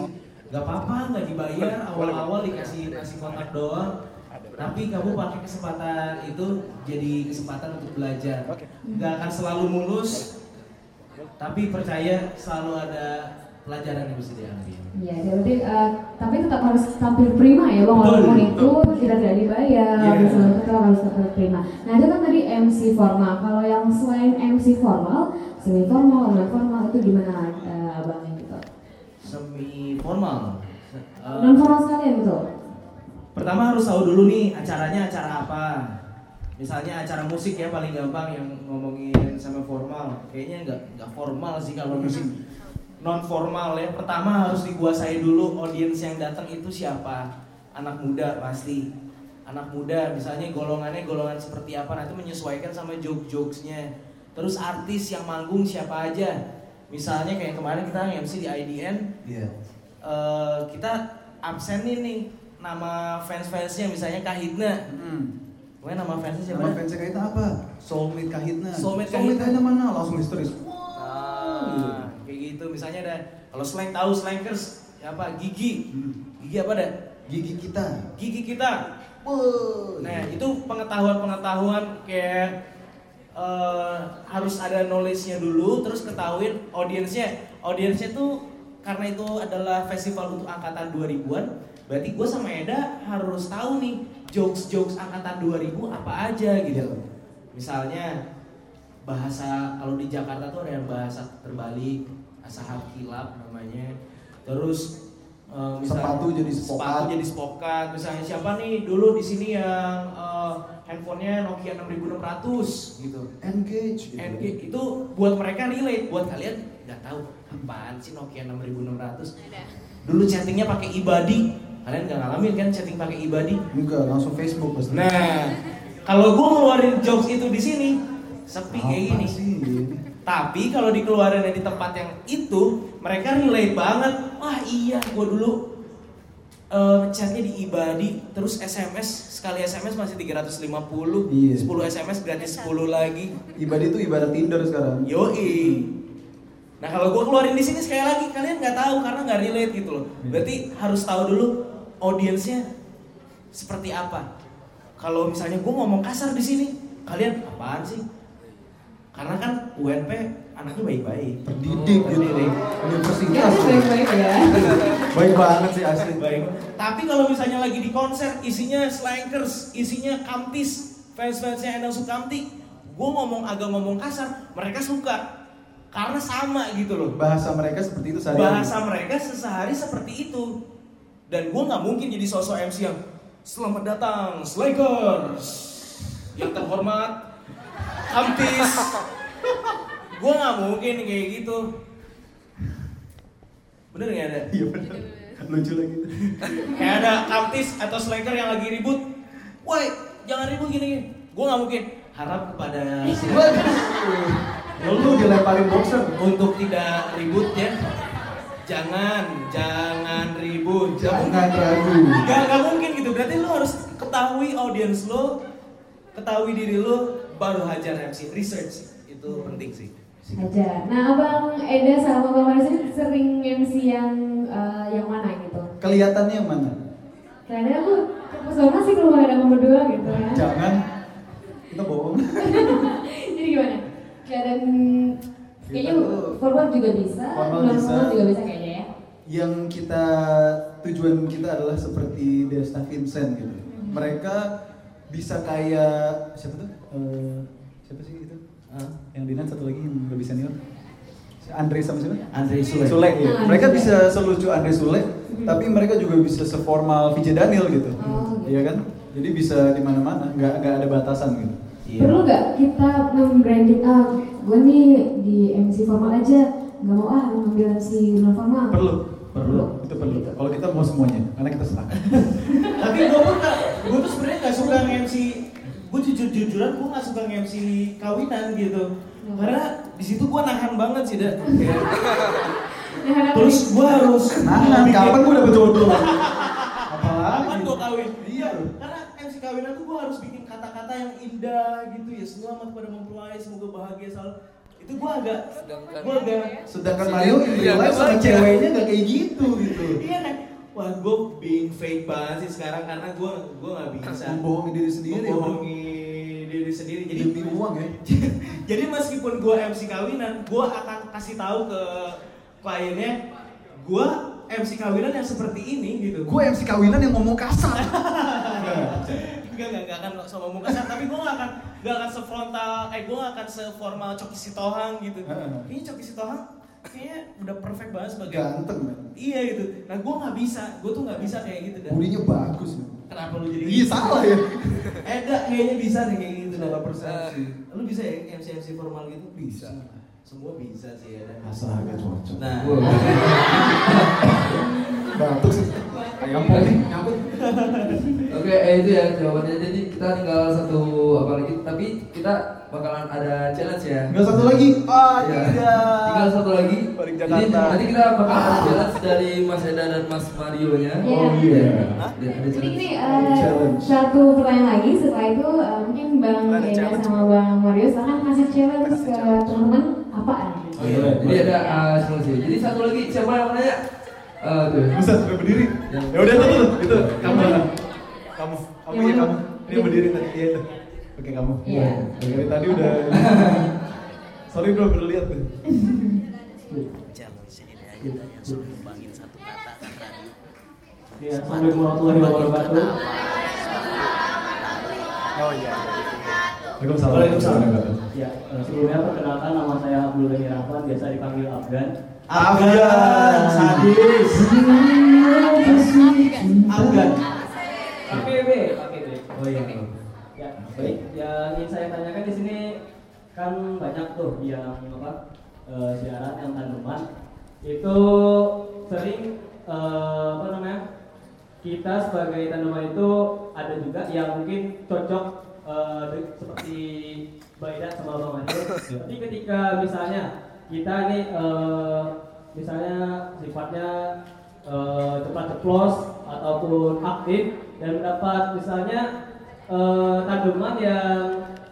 Nggak apa-apa, nggak dibayar, awal-awal dikasih ngasih kontak doang. Tapi kamu pakai kesempatan itu jadi kesempatan untuk belajar. Nggak akan selalu mulus, tapi percaya selalu ada pelajaran yang bisa diambil.
Iya, ya berarti eh, tapi tetap harus tampil prima ya bang walaupun itu kita tidak dibayar,
Iya.
yeah. tetap harus tampil prima. Nah itu kan tadi MC formal. Kalau yang selain MC formal, semi formal, non formal itu gimana eh, abangnya gitu?
Semi formal. Eh,
Non formal sekalian gitu.
pertama harus tahu dulu nih acaranya acara apa. Misalnya acara musik ya paling gampang yang ngomongin sama formal. Kayaknya nggak nggak formal sih kalau musik Hmm. non formal ya. Pertama harus dikuasai dulu audiens yang datang itu siapa. Anak muda pasti. Anak muda misalnya golongannya golongan seperti apa. Nah itu menyesuaikan sama joke-jokesnya. Terus artis yang manggung siapa aja. Misalnya kayak kemarin kita MC di IDN,
Iya.
eh, kita absenin nih nama fans-fansnya misalnya Kahitna. Pokoknya nama fansnya siapa?
Nama fansnya Kahitna apa? Soulmate Kahitna.
Soulmate
Soulmate
Kahitna.
Kahitna mana? Langsung histeris.
Ah, kayak gitu misalnya ada kalau slang tahu slankers apa gigi. Gigi apa ada? Gigi kita. Gigi kita.
Iya.
Nah, itu pengetahuan-pengetahuan kayak eh, harus ada knowledge-nya dulu terus ketahuin audiensnya. Audiensnya tuh karena itu adalah festival untuk angkatan 2000-an, berarti gue sama Eda harus tahu nih jokes-jokes angkatan 2000 apa aja gitu. Misalnya bahasa kalau di Jakarta tuh ada yang bahasa terbalik, asahab kilap namanya. Terus eh,
Sepatu jadi spokat.
sepatu jadi spokat. Misalnya siapa nih dulu di sini yang eh, handphonenya Nokia 6600 gitu.
Engage. gitu.
Engage. itu buat mereka relate, buat kalian nggak tahu apaan sih Nokia 6600. Dulu chattingnya pakai ibadi, kalian nggak ngalamin kan chatting pakai ibadi?
Enggak, langsung Facebook pasti.
Nah, kalau gue ngeluarin jokes itu di sini sepi kayak
Apa
gini. Tapi kalau dikeluarin di tempat yang itu, mereka relate banget. Wah iya, gue dulu eh, chatnya di Ibadi, terus SMS sekali SMS masih 350, 10 SMS gratis 10 lagi.
Ibadah itu ibadah Tinder
Oh,
sekarang.
Yoi. Nah kalau gue keluarin di sini sekali lagi kalian nggak tahu karena nggak relate gitu loh.
Iya.
Berarti harus tahu dulu audiensnya seperti apa. Kalau misalnya gue ngomong kasar di sini, kalian apaan sih? Karena kan UNP
anaknya baik-baik, terdidik gitu nih,
Iya,
Iya,
universitas.
Ya, baik-baik ya.
baik banget Iya sih asli baik.
Tapi kalau misalnya lagi di konser, isinya slankers, isinya kamtis, fans-fansnya Endang Sukamti, gue ngomong agak ngomong kasar, mereka suka. Karena sama gitu loh.
Bahasa mereka seperti itu sehari.
Bahasa mereka sesehari seperti itu. Dan gue nggak mungkin jadi sosok MC yang selamat datang slankers. Yang terhormat, kamtis. gue nggak mungkin kayak gitu. Bener nggak ada?
Iya benar. Lucu lagi.
Kayak ada artis atau slacker yang lagi ribut. Woi, jangan ribut gini. gini. Gue nggak mungkin. Harap kepada si
Lu dilemparin boxer
untuk tidak ribut ya. Jangan, jangan ribut.
Jangan ragu.
Gak, gak mungkin gitu. Berarti lu harus ketahui audiens lu, ketahui diri lu, baru hajar MC. Research itu penting sih.
aja. Nah, Abang Eda sama Bang Maris ini sering MC yang eh, yang mana gitu?
Kelihatannya yang mana?
Kayaknya aku pesona sih kalau ada kamu berdua gitu ya.
Jangan. Kita bohong.
Jadi gimana? Kelihatan kayaknya forward juga bisa,
Forward
non
bisa.
forward juga bisa kayaknya ya.
Yang kita tujuan kita adalah seperti Desta Vincent gitu. Mereka bisa kayak siapa tuh? Eh, siapa sih itu? Ah, Yang Dinan satu lagi yang lebih senior. Si Andre sama siapa?
Andre Sule.
Sule, iya.
Ah,
Mereka
Andre.
bisa selucu Andre Sule, tapi mereka juga bisa seformal VJ Daniel gitu. Iya kan? Jadi bisa di mana-mana, nggak nggak ada batasan gitu.
Iya.
Perlu nggak kita membranding ah gue nih di MC formal aja, nggak mau ah ngambil MC non formal.
Perlu, perlu, itu perlu.
Nah,
Kalau kita mau semuanya, karena kita sepakat.
Iya. tapi gue pun gak, gue tuh sebenarnya gak suka nge-MC gue jujur jujuran gue gak suka nge-MC kawinan gitu karena di situ gue nahan banget sih dah terus gue harus
Nahan, kan, kapan gue dapet jodoh?
kapan gue kawin iya karena MC kawinan tuh gue harus bikin kata-kata yang indah gitu ya selamat pada mempelai semoga bahagia selalu itu gue agak gue agak
Sedangkan Mario ya? Iya. in real life sama ceweknya nggak kayak gitu gitu.
iya kan wah gue being fake banget sih sekarang karena gue gue nggak bisa
Membohongi diri sendiri.
Membohongi diri sendiri jadi
Demi uang ya.
jadi meskipun gue MC kawinan gue akan kasih tahu ke kliennya gue MC kawinan yang seperti ini gitu
Gue MC kawinan yang ngomong kasar.
Enggak, enggak, enggak akan sama muka kasar, tapi gue gak akan gak akan sefrontal, eh gue gak akan seformal Coki Sitohang gitu. Ini Coki Sitohang kayaknya udah perfect banget sebagai
Ganteng, men.
Iya gitu. Nah gue gak bisa, gue tuh gak bisa kayak gitu. Dan.
Budinya bagus. men.
Kenapa lu jadi? gitu?
Iya, salah ya.
eh enggak, kayaknya bisa nih kayak gitu. Salah
persepsi.
Lu bisa ya MC MC formal gitu? Bisa. Semua bisa sih ya. Dan.
Asal agak cocok.
Nah.
Batuk sih. Kampung nih.
Oke, eh, itu ya jawabannya. Jadi kita tinggal satu apa lagi? Tapi kita bakalan ada challenge ya.
Tinggal satu lagi. Ah,
Iya.
tidak.
Tinggal satu lagi.
Balik
Jadi
Jakarta.
nanti kita bakal ada challenge dari Mas Eda dan Mas Mario nya.
Iya. Oh,
iya.
Ada ada
Jadi
challenge.
gini, eh, satu pertanyaan lagi setelah itu eh, mungkin Bang Eda sama Bang Mario silahkan kasih challenge ke teman-teman apaan?
Oh, iya. Jadi ada uh, challenge ya. Jadi satu lagi siapa yang mau nanya? Eh, tuh.
Bisa sampai berdiri. Ya udah itu tuh, itu kamu lah. Kamu, kamu ya kamu. Ini berdiri tadi iya itu. Oke kamu.
Iya.
Oke, Dari tadi udah. Sorry bro, baru lihat tuh.
Ya, Assalamualaikum warahmatullahi wabarakatuh.
Oh iya. Waalaikumsalam.
Waalaikumsalam. Ya, eh, sebelumnya perkenalkan nama saya Abdul Ghani Rahman, biasa dipanggil Afgan.
Afgan, sadis.
Afgan.
Pakai B, pakai B.
Hmm. Oh iya.
Ya, baik. Yang ingin saya tanyakan di sini kan banyak tuh yang apa eh, siaran yang tandeman itu sering eh, apa namanya kita sebagai tandeman itu ada juga yang mungkin cocok eh, de- seperti Baida sama Bang Mandi.
Iya.
Tapi ketika misalnya kita ini eh, misalnya sifatnya eh, cepat ceplos ataupun aktif dan mendapat misalnya eh, tandeman yang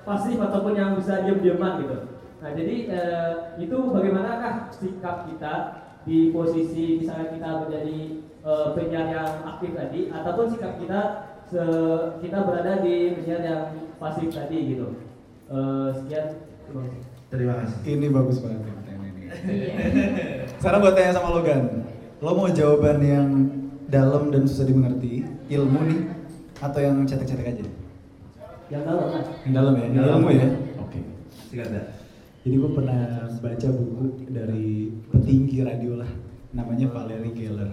pasif ataupun yang bisa diam-diaman gitu. Nah jadi eh, itu bagaimanakah sikap kita di posisi misalnya kita menjadi eh, penyiar yang aktif tadi ataupun sikap kita se- kita berada di penyiar yang pasif tadi gitu. Eh, sekian. Terima kasih.
Terima kasih. Ini bagus banget ya pertanyaan ini.
Iya.
Sekarang gue tanya sama Logan. Lo mau jawaban yang dalam dan susah dimengerti, ilmu nih, atau yang cetek-cetek aja?
Yang dalam.
Yang dalam ya?
Dalam.
Ilmu ya?
Oke.
Jadi gue pernah baca buku dari petinggi radio lah, namanya Valerie Geller.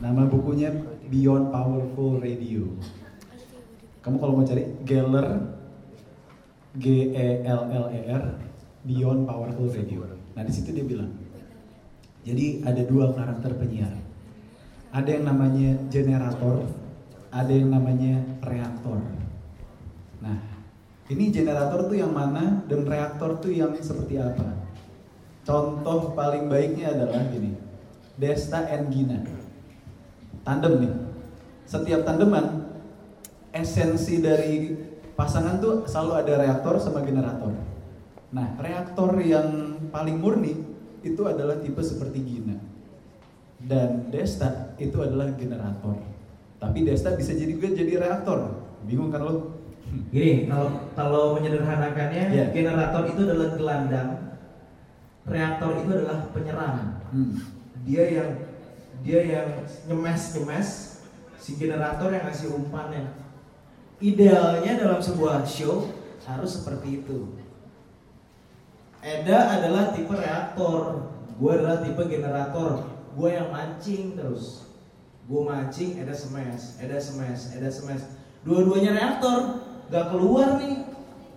Nama bukunya Beyond Powerful Radio. Kamu kalau mau cari Geller, G E L L E R, Beyond Powerful Radio. Nah di situ dia bilang, jadi ada dua karakter penyiar. Ada yang namanya generator, ada yang namanya reaktor. Nah, ini generator tuh yang mana dan reaktor tuh yang seperti apa? Contoh paling baiknya adalah gini, Desta and Gina. Tandem nih. Setiap tandeman, esensi dari pasangan tuh selalu ada reaktor sama generator. Nah, reaktor yang paling murni itu adalah tipe seperti Gina. Dan Desta itu adalah generator. Tapi Desta bisa jadi juga jadi reaktor. Bingung kan lo?
Gini, kalau kalau menyederhanakannya,
Iya.
generator itu adalah gelandang, reaktor itu adalah penyerang. Dia yang dia yang nyemes nyemes, si generator yang ngasih umpannya. Idealnya dalam sebuah show harus seperti itu. Eda adalah tipe reaktor, gue adalah tipe generator, gue yang mancing terus. Gue mancing, Eda semes, Eda semes, Eda semes. Dua-duanya reaktor, gak keluar nih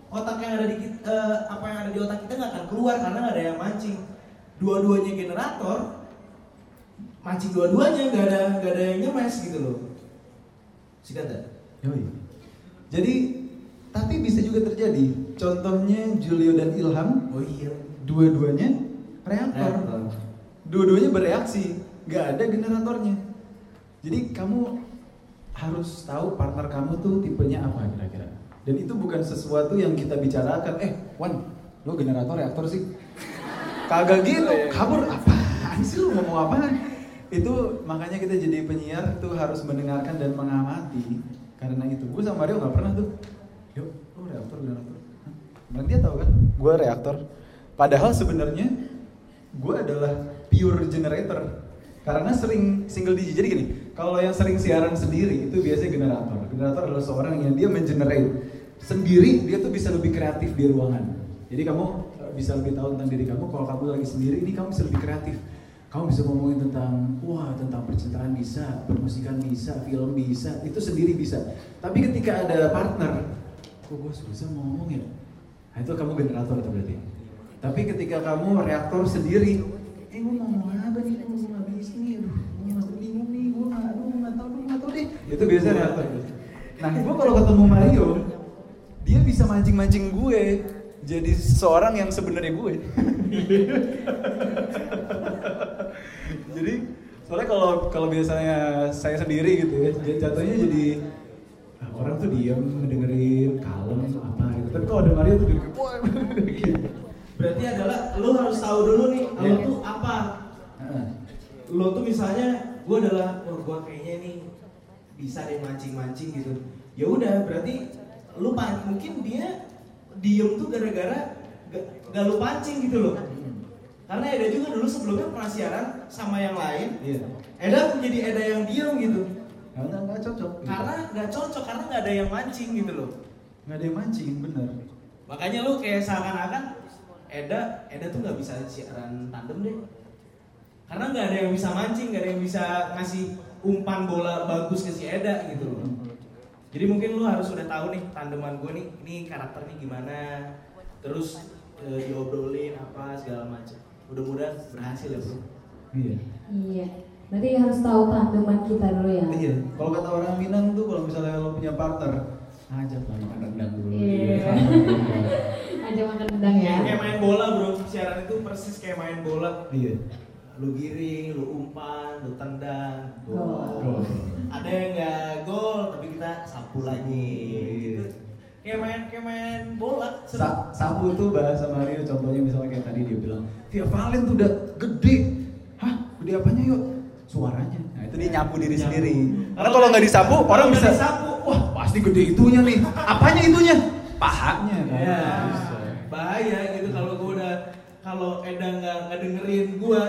otak yang ada di kit- eh, apa yang ada di otak kita nggak akan keluar karena nggak ada yang mancing. Dua-duanya generator, mancing dua-duanya nggak ada nggak ada yang nyemes gitu loh. Sikat dah.
Yoi. Jadi tapi bisa juga terjadi. Contohnya Julio dan Ilham.
Oh iya. Eh,
Dua-duanya
Kan
reaktor.
Eh.
Dua-duanya bereaksi. Gak ada generatornya. Jadi kamu harus tahu partner kamu tuh tipenya apa kira-kira. Dan itu bukan sesuatu yang kita bicarakan. Eh, Wan, lo generator reaktor sih. Kagak gitu, kabur apaan sih lu ngomong apaan? Itu makanya kita jadi penyiar tuh harus mendengarkan dan mengamati. Karena itu, gue sama Mario nggak pernah tuh. Yuk, lu reaktor generator. Hah? Cuman dia tahu kan, gue reaktor. Padahal sebenarnya gue adalah pure generator. Karena sering single DJ jadi gini, kalau yang sering siaran sendiri itu biasanya generator. Generator adalah seorang yang dia mengenerate sendiri, dia tuh bisa lebih kreatif di ruangan. Jadi kamu eh, bisa lebih tahu tentang diri kamu kalau kamu lagi sendiri ini kamu bisa lebih kreatif. Kamu bisa ngomongin tentang wah tentang percintaan bisa, permusikan bisa, film bisa, itu sendiri bisa. Tapi ketika ada partner, kok gue susah mau ngomong ya? Nah, itu kamu generator tuh berarti. Tapi ketika kamu reaktor sendiri, eh gue mau ngomong apa nih, gue mau habis nih, aduh, gue masih bingung nih, gue nggak, aduh nggak tahu, gue nggak tahu deh. Itu biasanya reaktor. Nah, gue kalau ketemu Mario, dia bisa mancing-mancing gue jadi seorang yang sebenarnya gue. jadi soalnya kalau kalau biasanya saya sendiri gitu ya, j- jatuhnya jadi ah, orang tuh diam dengerin kalem apa gitu. Tapi kalau ada Mario tuh jadi wah, gitu.
Berarti adalah lu harus tahu dulu nih lu
Iya.
tuh apa. Lu tuh misalnya gua adalah wah gua kayaknya nih bisa deh mancing-mancing gitu. Ya udah berarti lu pan- mungkin dia diem tuh gara-gara ga- gak lu pancing gitu loh.
Mm-hmm.
Karena Eda juga dulu sebelumnya pernah siaran sama yang lain. Eda menjadi Eda yang diem gitu.
Iya. Karena nggak cocok.
Karena nggak cocok karena nggak ada yang mancing gitu loh.
nggak ada yang mancing bener.
Makanya lu kayak seakan-akan Eda, Eda tuh nggak bisa siaran tandem deh. Karena nggak ada yang bisa mancing, nggak ada yang bisa ngasih umpan bola bagus ke si Eda gitu loh. Jadi mungkin lu harus udah tahu nih tandeman gue nih, ini karakternya gimana, terus eh, diobrolin apa segala macam. Mudah-mudahan berhasil ya bro.
Iya.
Iya. Berarti harus tahu tandeman kita dulu ya.
Iya. Kalau kata orang Minang tuh kalau misalnya lo punya partner, ajak lah makan rendang dulu.
Iya. Aja makan rendang ya.
Kayak main bola bro, siaran itu persis kayak main bola.
Iya.
Lu giring, lu umpan, lu tendang,
Gol.
gol. Ada yang nggak gol, tapi kita sapu lagi. Gitu. Kayak main kayak main bola. seru.
Iya. Sa- sapu itu bahasa Mario contohnya misalnya kayak tadi dia bilang, Via Valen tuh udah gede. Hah, gede apanya ya? yuk? Suaranya. Nah, itu dia nyapu diri sendiri. Karena kalau nggak disapu, orang
Kalau
bisa
nggak disapu,
wah pasti gede itunya nih. Apanya itunya? Pahanya. kan?
Ya.
Bisa.
bahaya gitu kalau gue udah kalau Eda nggak ngedengerin gue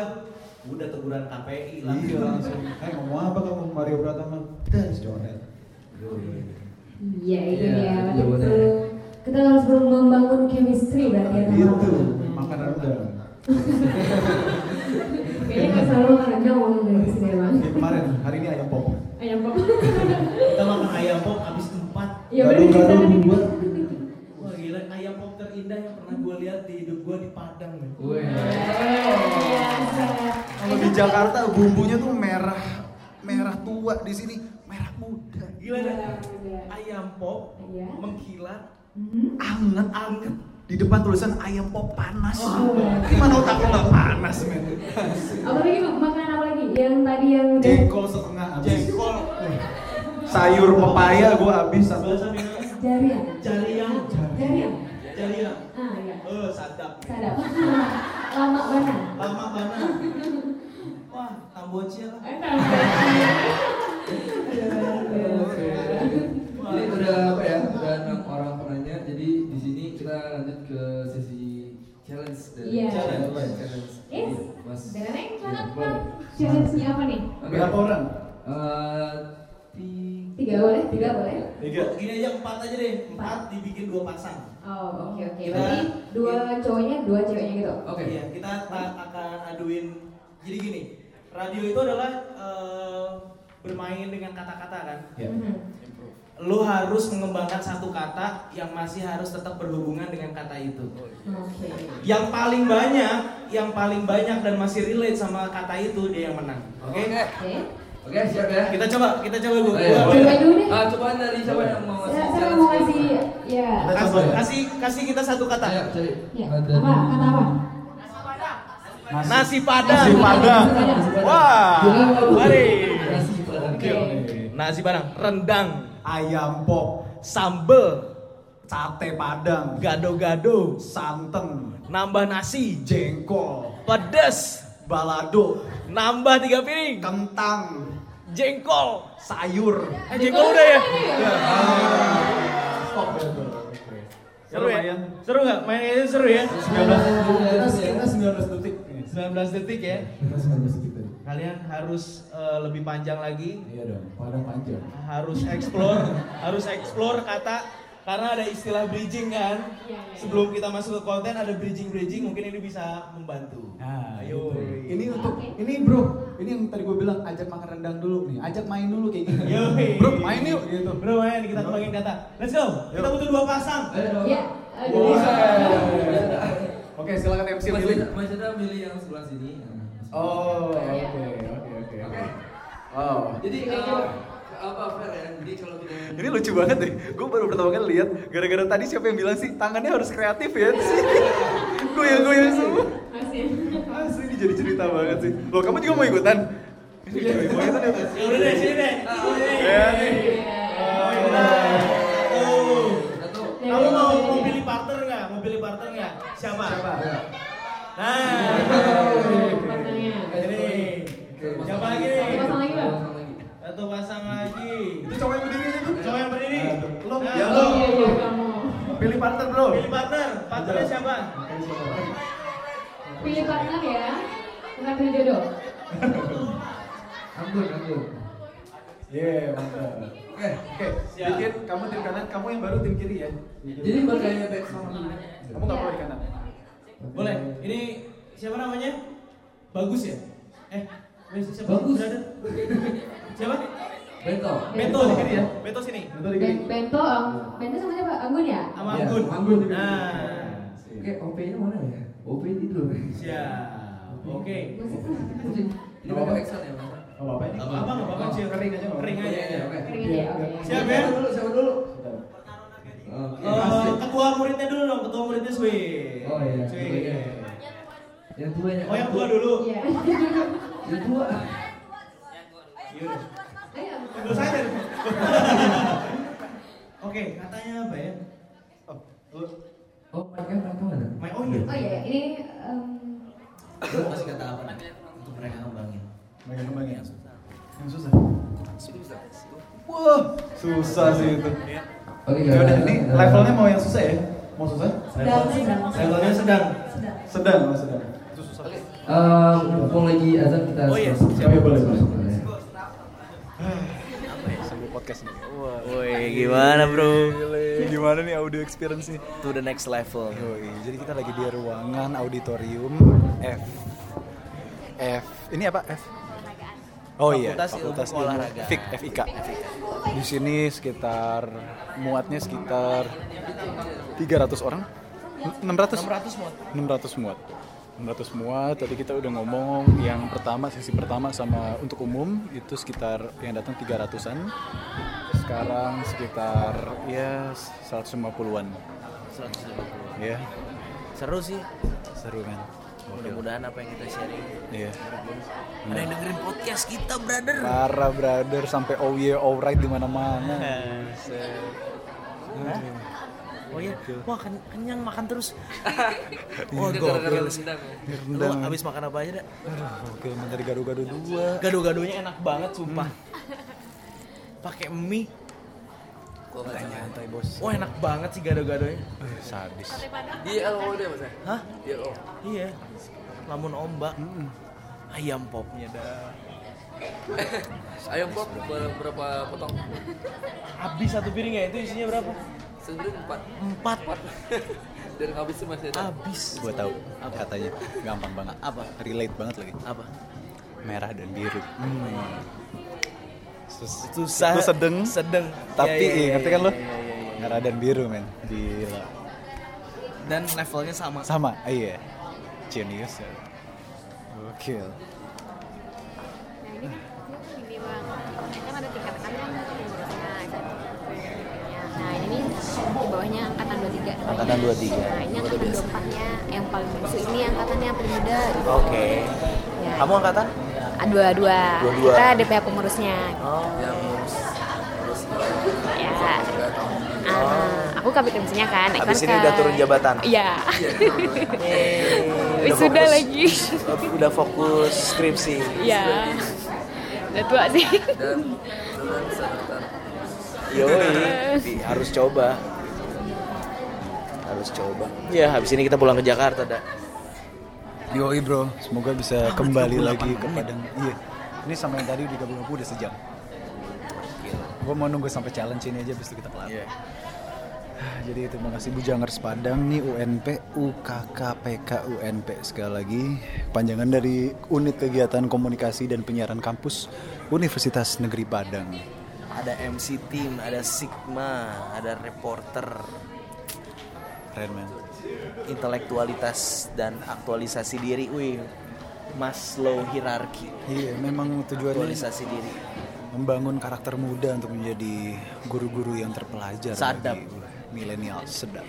udah teguran KPI lah
Iya langsung. Eh ngomong apa kamu Mario Pratama? Das coret.
Iya itu
Iya,
dia,
iya,
betul.
bener.
Kita harus perlu membangun chemistry berarti
Iya,
ya teman.
Itu makan rendang.
Kayaknya nggak selalu karena ngomong dari sini emang.
Ya, kemarin hari ini ayam pop.
Ayam pop.
kita makan ayam pop habis tempat
Iya benar kita.
wah gila ayam pop terindah yang pernah gue lihat di hidup gue di Padang men
Kalau di Jakarta bumbunya tuh merah merah tua di sini merah muda.
gila dah ayam pop mengkilat
Anget anget di depan tulisan ayam pop panas.
Oh.
Gimana otak lo nggak panas men?
Apalagi makanan apa lagi yang tadi yang udah.
Jengkol setengah habis. Jengkol. Sayur pepaya gue habis satu.
Jarian.
Jarian.
Jarian.
Jarian.
Ah iya.
Eh, sadap.
Sadap. Lama banget.
Lama banget. Wah, Kamboja lah.
Ini udah apa ya? Udah enam orang penanya. Jadi di sini kita lanjut ke sesi challenge dan
Iya.
challenge. challenge.
Yes.
Iya,
Mas.
Berenang,
Iya,
celana,
boleh.
Challenge-nya apa nih?
Berapa orang?
Eh,
Tiga boleh, tiga boleh.
Tiga. Gini aja empat aja deh. Empat dibikin dua pasang.
Oh, oke oke.
Kita-
Berarti dua cowoknya, dua ceweknya gitu.
Oke. Iya, kita ta- akan aduin. Jadi gini, radio itu adalah eh, bermain dengan kata-kata kan.
Mhm.
Lo harus mengembangkan satu kata yang masih harus tetap berhubungan dengan kata itu.
Oke.
Yang paling banyak, yang paling banyak dan masih relate sama kata itu dia yang menang. Oke?
Oke.
Oke, siap ya.
Kita coba, kita coba gue.
Ayo,
gua-
boleh.
gua-
Ah, cobaan dari siapa yang mau
Saya,
ngasih
saya
challenge
mau
dulu?
kasih ya.
Kasih, kasih, kasih kita satu kata.
Iya.
Ya. Apa? Kata apa?
Nasi padang.
Nasi padang.
Wah.
Gila, lu.
Mari.
Nasi
Oke. Nasi padang. Rendang. Ayam pop. Sambel. Sate padang. Gado-gado. Santan. Nambah nasi. Jengkol. Pedes. Balado. Nambah tiga piring. Kentang. Jengkol. Sayur. Eh, jengkol udah ya. Seru ya? Seru nggak? Main ini seru ya?
19 kita 19 detik.
19 detik ya.
Kita 19 detik tadi.
Kalian harus eh, lebih panjang lagi,
Iya dong, padang panjang.
harus explore, harus explore kata karena ada istilah bridging kan. Sebelum kita masuk ke konten ada bridging-bridging, mungkin ini bisa membantu.
Nah,
Ayo.
gitu.
Ini untuk ini bro, ini yang tadi gue bilang ajak makan rendang dulu nih, ajak main dulu kayak
gitu.
gini.
Yoi.
Bro, main yuk gitu.
Bro, main kita kembangin kata. Let's go. Kita butuh dua pasang.
Ya.
Wah.
Oke,
silakan MC
Mas
pilih.
Eda- Mas Eda milih yang sebelah sini.
Oh, oke, oke, oke. oke.
Oh.
Wow.
Jadi kalau apa fair ya? Jadi kalau kita
Ini lucu banget deh. Gue baru pertama kali lihat gara-gara tadi siapa yang bilang sih tangannya harus kreatif ya. Goyang-goyang semua.
Masih.
Asli ini jadi cerita banget sih. Loh, kamu juga mau ikutan? Ini
Iya,
juga mau ikutan ya.
Ya udah deh, sini deh.
Ah,
Ya nih.
Satu. Oh. Kamu mau mau pilih partner nggak? Mau pilih partner nggak? Siapa? Siapa? Nah. Ini. Siapa lagi nih?
Pasang lagi, Bang.
Satu pasang lagi. Itu cowok yang berdiri Ah, itu. Cowok yang berdiri. Lo,
ya lo.
Iya, iya, kamu.
Pilih partner, Bro.
Pilih partner. Partnernya siapa?
Pilih partner ya. Bukan pilih jodoh.
anggur anggur.
Iya, mantap. Oke, oke. Bikin kamu tim kanan, kamu yang baru tim kiri ya.
Jadi makanya back sound.
Kamu nggak boleh di kanan.
Boleh. Ini siapa namanya? Bagus ya? Eh, siapa?
Bagus.
Brother? Siapa?
Bento.
Beto di sini ya. Beto sini. Beto
kan?
Ben- Bento, um, Bento sama siapa? Anggun ya?
Sama Anggun.
Anggun.
Nah.
Oke, OP-nya mana ya? OP ini dulu.
Siap. Oke.
Ini apa back sound ya, Mas?
Nggak apa-apa ini.
Gak apa-apa, gak
Oh,
apa-apa. Cil.
Kering aja, nggak
Kering
apa-apa.
aja.
Oke.
Kering aja, oke.
Siap ya?
Siapa dulu? Siapa dulu?
Eh, ketua muridnya dulu dong, ketua muridnya Swi. Oh iya. Swi.
Yang tua ya.
Oh yang tua dulu.
Iya.
Yang tua.
Terus aja. nih. Oke, katanya apa ya?
Oh, mereka berapa mana?
My oh iya.
Oh iya, iya. ini um,
Lu kasih kata apa nih untuk mereka ngembangin?
Mereka kembangin yang susah. Yang susah.
Wah, susah sih itu.
Oke,
Iya,
eh,
Ya udah, ini levelnya mau yang susah ya?
mau susah?
Sedang, sedang.
Levelnya sedang. Sedang, mau sedang. Itu susah.
Eh, mumpung lagi azan kita
Oh iya,
stop.
siap. Iya, boleh, boleh.
Sambil podcast nih.
Woi, gimana, bro?
Gimana nih audio experience nih?
To the next level.
jadi kita lagi di ruangan auditorium F. F. Ini apa F? Oh iya,
Fakultas Ilmu Olahraga.
FIK, FIK. Di sini sekitar muatnya sekitar 300 orang. 600?
600 muat.
600 muat. 600 muat. Tadi kita udah ngomong yang pertama sesi pertama sama untuk umum itu sekitar yang datang 300-an. Sekarang sekitar ya
150-an.
150-an. Ya,
Seru sih.
seru kan.
Mudah-mudahan apa yang kita sharing.
Iya.
Ada yang dengerin podcast kita, brother.
Parah brother sampai oh yeah alright di mana-mana.
Hah?
Oh iya, wah ken- kenyang makan terus.
Iya,
Wah,
gara-gara
gokil.
rendang ya.
Lu
Rendang.
abis makan apa aja, Dak?
Oke, dari gado-gado dua.
Gado-gadonya enak banget, sumpah. Pakai mie.
Gua nggak
Tanya.
santai, Bos.
Wah, enak banget sih gado-gadonya.
Eh, sadis.
Di LO deh, Mas.
Hah?
Di LO.
Iya. Lamun ombak. Ayam popnya dah.
Ayam pop ber- berapa potong?
Habis satu piring ya, itu isinya berapa?
Sebenarnya empat.
Empat.
Dan habisnya masih ada.
Habis.
Gua tahu katanya gampang banget.
Apa?
Relate banget lagi.
Apa?
Merah dan biru. Hmm. Sus-
Susah.
Itu sedeng.
Sedeng. Iya,
Tapi
iya,
iya,
iya,
ngerti kan lo?
iya, iya, iya.
Merah dan biru men. Gila.
Dan levelnya sama.
Sama. Ah, Iya. Genius. ya. Gokil.
bilang kan ada tingkat kan yang nah ini di bawahnya angkatan 23
Angkatan 23.
nah ini angkatan 24 nya yang paling bungsu ini angkatannya yang paling muda gitu.
Oke.
ya,
Kamu angkatan?
dua dua
22.
kita ada pihak pengurusnya
Oh,
Yang harus harus
ya Ah, aku kabit MC-nya kan
Habis
Ikon
ini
kan.
udah turun jabatan?
iya
Udah
wisuda
fokus.
lagi
Udah fokus skripsi.
iya udah tua sih
Yoi, harus coba. Harus coba. Ya, habis ini kita pulang ke Jakarta, Dak.
Yoi bro, semoga
Ah,
bisa kembali
38
lagi ke
menit.
Padang. Iya. Ini sama yang tadi udah gabung-gabung udah sejam. Gue mau nunggu sampai challenge ini aja, habis itu kita kelar.
Iya.
Ah, Jadi terima kasih Bujangers Padang nih UNP UKKPK UNP sekali lagi panjangan dari Unit Kegiatan Komunikasi dan Penyiaran Kampus Universitas Negeri Padang.
Ada MC Team, ada Sigma, ada reporter,
Keren men.
intelektualitas dan aktualisasi diri. Wih, Maslow hierarki.
Iya, memang tujuannya
Aktualisasi diri.
membangun karakter muda untuk menjadi guru-guru yang terpelajar
Sadap.
bagi milenial sedap.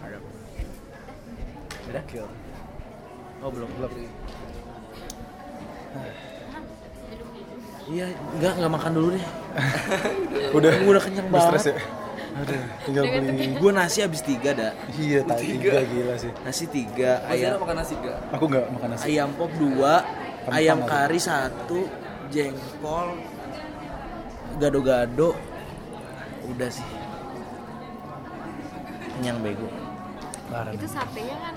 Sadap. Gokil.
Oh, belum.
Belum.
Iya, enggak enggak makan dulu deh.
Udah.
Gua udah kenyang
Udah
banget.
stres ya? Aduh, tinggal beli.
Gue nasi habis tiga, dah.
Iya, tadi tiga gila sih.
Nasi tiga,
Mas Zara
ayam
makan nasi gak?
Aku nggak makan nasi.
ayam pop dua,
Kentang
ayam
ada.
kari satu, jengkol, gado-gado, udah sih. Kenyang bego.
itu satenya kan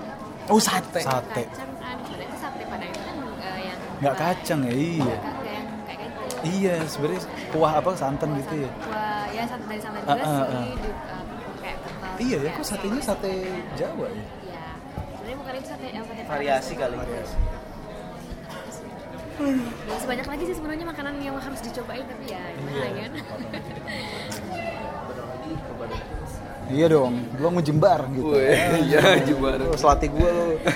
Oh sate.
Sate.
kacang kan sebenarnya itu sate padang itu kan eh, yang
Nggak kacang ya, iya.
kayak kayak gitu
Iya, sebenarnya kuah apa santan gitu ya.
Wah, ya sate dari sate
Ah, ah,
juga sih
ah.
di- eh, kayak kental
Iya ya,
kayak
kok satenya sate Jawa ya?
ya sebenarnya bukan itu sate yang sate
Variasi
padang.
kali.
ya sebanyak lagi sih sebenarnya makanan yang harus dicobain tapi ya gimana
Iya.
kan
Iya dong, belum ngejembar gitu.
iya, jembar.
Lu Selatih gue lo.
ya mak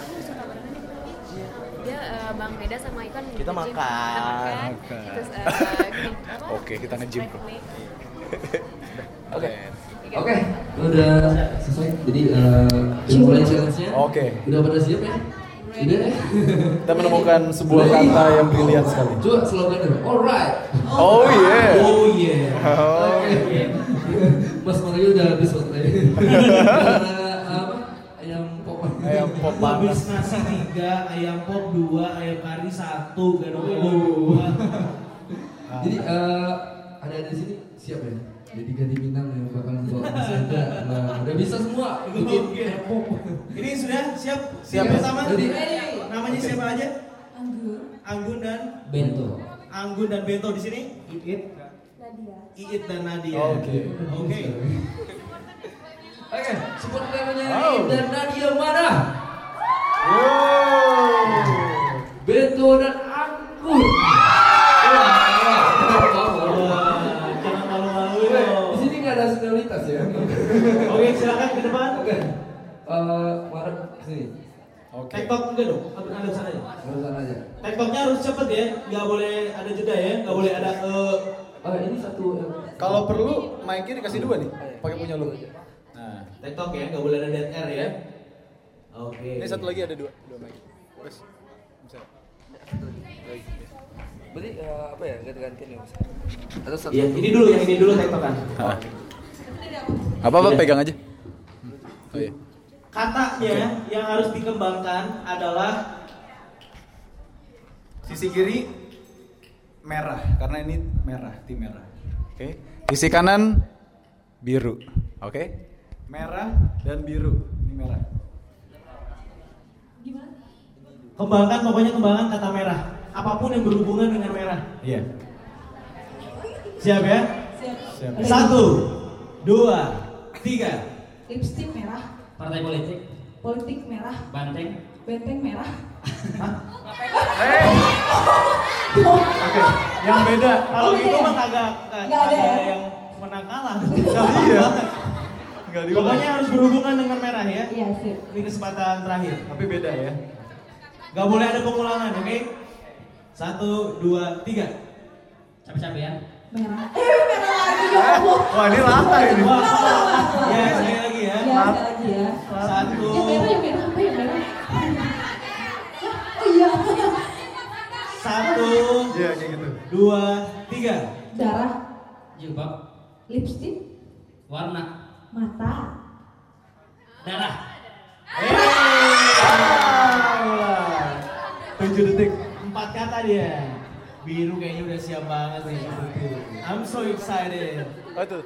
aku suka banget dia eh, bang Beda sama Ikon
Kita
nge-gym.
makan.
Makan.
terus eh, gini, apa?
Oke, kita nge-gym, bro.
Naik-naik.
Oke.
Oke.
Udah selesai. Jadi eh udah mulai challenge-nya.
Oke.
Udah pada siap ya? Udah ya?
Kita menemukan sebuah kata yang brilian sekali.
Coba slogan dulu. Alright.
Oh, yeah.
Oh yeah.
iya.
Oh.
Oke. Mas Mario udah habis waktunya. Karena apa? Ayam pop.
Ayam pop
Habis
panas.
nasi tiga, ayam pop dua, ayam kari satu, gado gado dua.
Ah. Jadi eh ada di sini siap ya jadi ganti bintang yang bakal bawa Mas Ega nah, udah bisa semua bikin
Oke.
kepo
Ini sudah siap?
Siap,
Yang
ya.
pertama?
Jadi-
namanya
Oke.
siapa aja? Anggun. Anggun dan
Bento
Anggun dan Bento di sini? Iit. Iit dan Nadia. Oke. Oke.
oke support utamanya
Wow.
Iit dan Nadia mana wow Bento dan Anggun
Jangan malu-malu.
di sini nggak ada senioritas ya
Oke, silakan ke depan.
Eh, Marek sini oke
TikTok enggak dong? Aku ada sana aja.
urusan aja
TikToknya harus cepet ya, nggak boleh ada jeda ya, nggak boleh ada eh
Oh, ini satu
Kalau perlu mic-nya dikasih dua nih, pakai punya lu. Nah,
TikTok ya, nggak boleh ada dead air ya. Oke.
ini satu lagi ada dua, dua mic. Terus, bisa.
berarti eh, apa ya ganti-gantian ya Mas atau satu
Iya, ini dulu yang ini dulu TikTokan.
Apa apa pegang aja. Oh iya.
Katanya yang harus dikembangkan adalah
Sisi kiri merah karena ini merah, tim merah. Oke. Sisi kanan biru. Oke. Merah dan biru. Ini merah.
kembangkan pokoknya kembangkan kata merah. Apapun yang berhubungan dengan merah.
Iya.
Siap ya?
Siap.
Satu, dua, tiga.
Lipstik merah,
Partai politik,
politik merah,
banteng.
benteng merah.
Oke. Yang beda.
Kalau gitu mah kagak
Nggak ada ya?
yang menang kalah.
Iya. Enggak diulang.
Pokoknya harus berhubungan dengan merah ya. Iya sih. Ini kesempatan terakhir.
Tapi beda ya.
Gak boleh ada pengulangan, oke? Satu, dua, tiga. ya? Capek-capean.
Merah. Eh, merah lagi ya Allah.
Wah, ini lama ini.
Wah, salah.
Salah.
Ya, sekali lagi ya.
Ya, sekali lagi ya.
Satu.
Ya, merah, ya merah, apa ya merah? Oh iya.
Satu.
Iya, kayak gitu.
Dua, tiga.
Darah,
Jilbab,
lipstik,
warna,
mata.
darah.
Tujuh detik.
Empat kata dia. Biru kayaknya udah siap banget nih. I'm so excited.
Oh itu.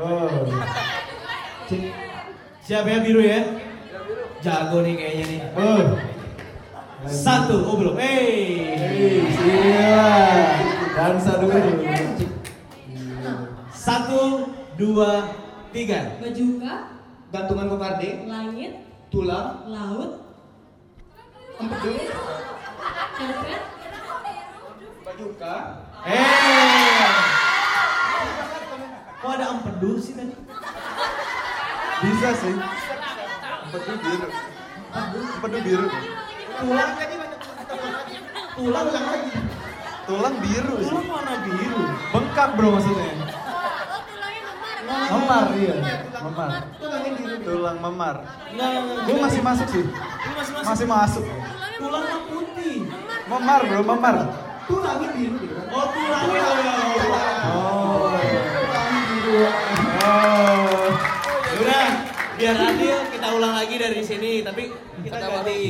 Oh. Si- Siap ya biru ya? Jago nih kayaknya nih. Oh. Satu, oh belum. Hey.
Gila. Dansa dulu.
Satu, dua, tiga.
Bajuka,
Gantungan kokarde,
langit,
tulang,
laut. Empeduk. Karpet.
bajuka.
Eh. Kok ada empedu sih tadi?
Bisa sih. Empedu biru. Empedu biru.
Tulang tadi banyak Tulang yang lagi.
Tulang biru sih.
Tulang warna biru.
Bengkak bro maksudnya. Memar iya. Memar.
Tulangnya biru.
Tulang memar.
Enggak, enggak, enggak.
Gue masih masuk sih.
Ini masih masuk.
Masih masuk.
Tulang yang putih.
Memar bro, memar.
Tulangnya biru. Oh, tulangnya.
Oh.
Tulangnya biru.
Oh.
Udah, biar adil kita ulang lagi dari sini, tapi kita ganti.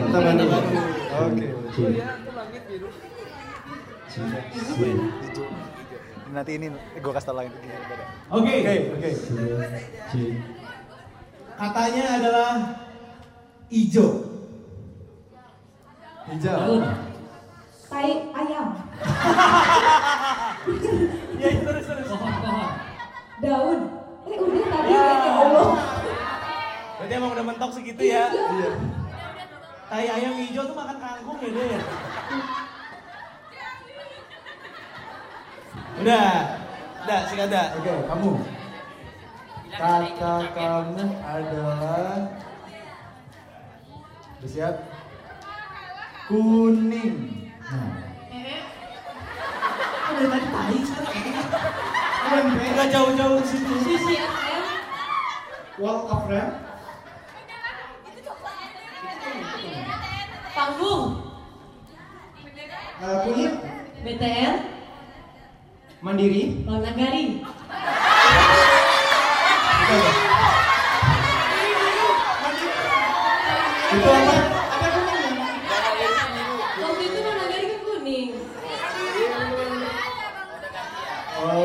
Kata baru. Oke. Nanti ini gue kasih tau lain.
Oke.
Oke. Oke.
Katanya adalah ijo.
Hijau.
Tai ayam.
Ya, terus terus.
Daun. Eh, udah tadi kan ya Allah.
Berarti emang udah mentok segitu ya. Iya. Tai ayam hijau tuh makan kangkung ya deh. Udah. Udah, singkat dah.
Oke, kamu. Kata kamu adalah Udah siap? Kuning.
Udah tadi tai sekarang. Enggak jauh-jauh ke situ.
Sisi ayam.
Wall of Ram.
Panggung.
Eh, kulit,
BTR.
mandiri.
Warna garing.
Itu apa?
Waktu itu warna garing kan kuning.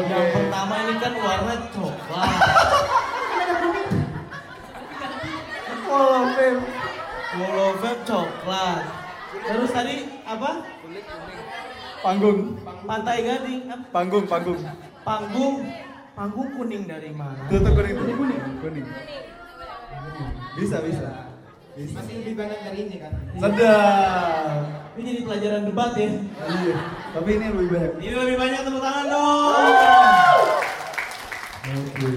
pertama ini kan warna coklat. Polo vape. Polo vape coklat. Terus tadi apa? Panggung. Pantai Gading. apa?
Panggung, panggung.
Panggung. Panggung kuning dari mana?
Tutup kuning, tutup kuning. Kuning. Bisa, bisa.
Masih lebih banyak dari ini kan.
Sedap.
Ini jadi pelajaran debat ya.
Iya. Tapi ini lebih banyak.
Ini lebih banyak tepuk tangan dong.
Oke.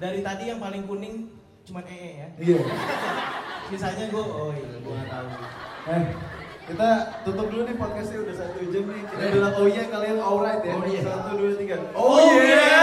Dari tadi yang paling kuning cuman ee ya.
Iya.
Sisanya gue, oh iya, gue gak tahu.
Eh, kita tutup dulu
iya.
nih podcastnya udah ya. satu jam nih. Kita bilang oh iya kalian alright ya. Satu dua tiga. Oh,
Oh,
yeah.
yeah.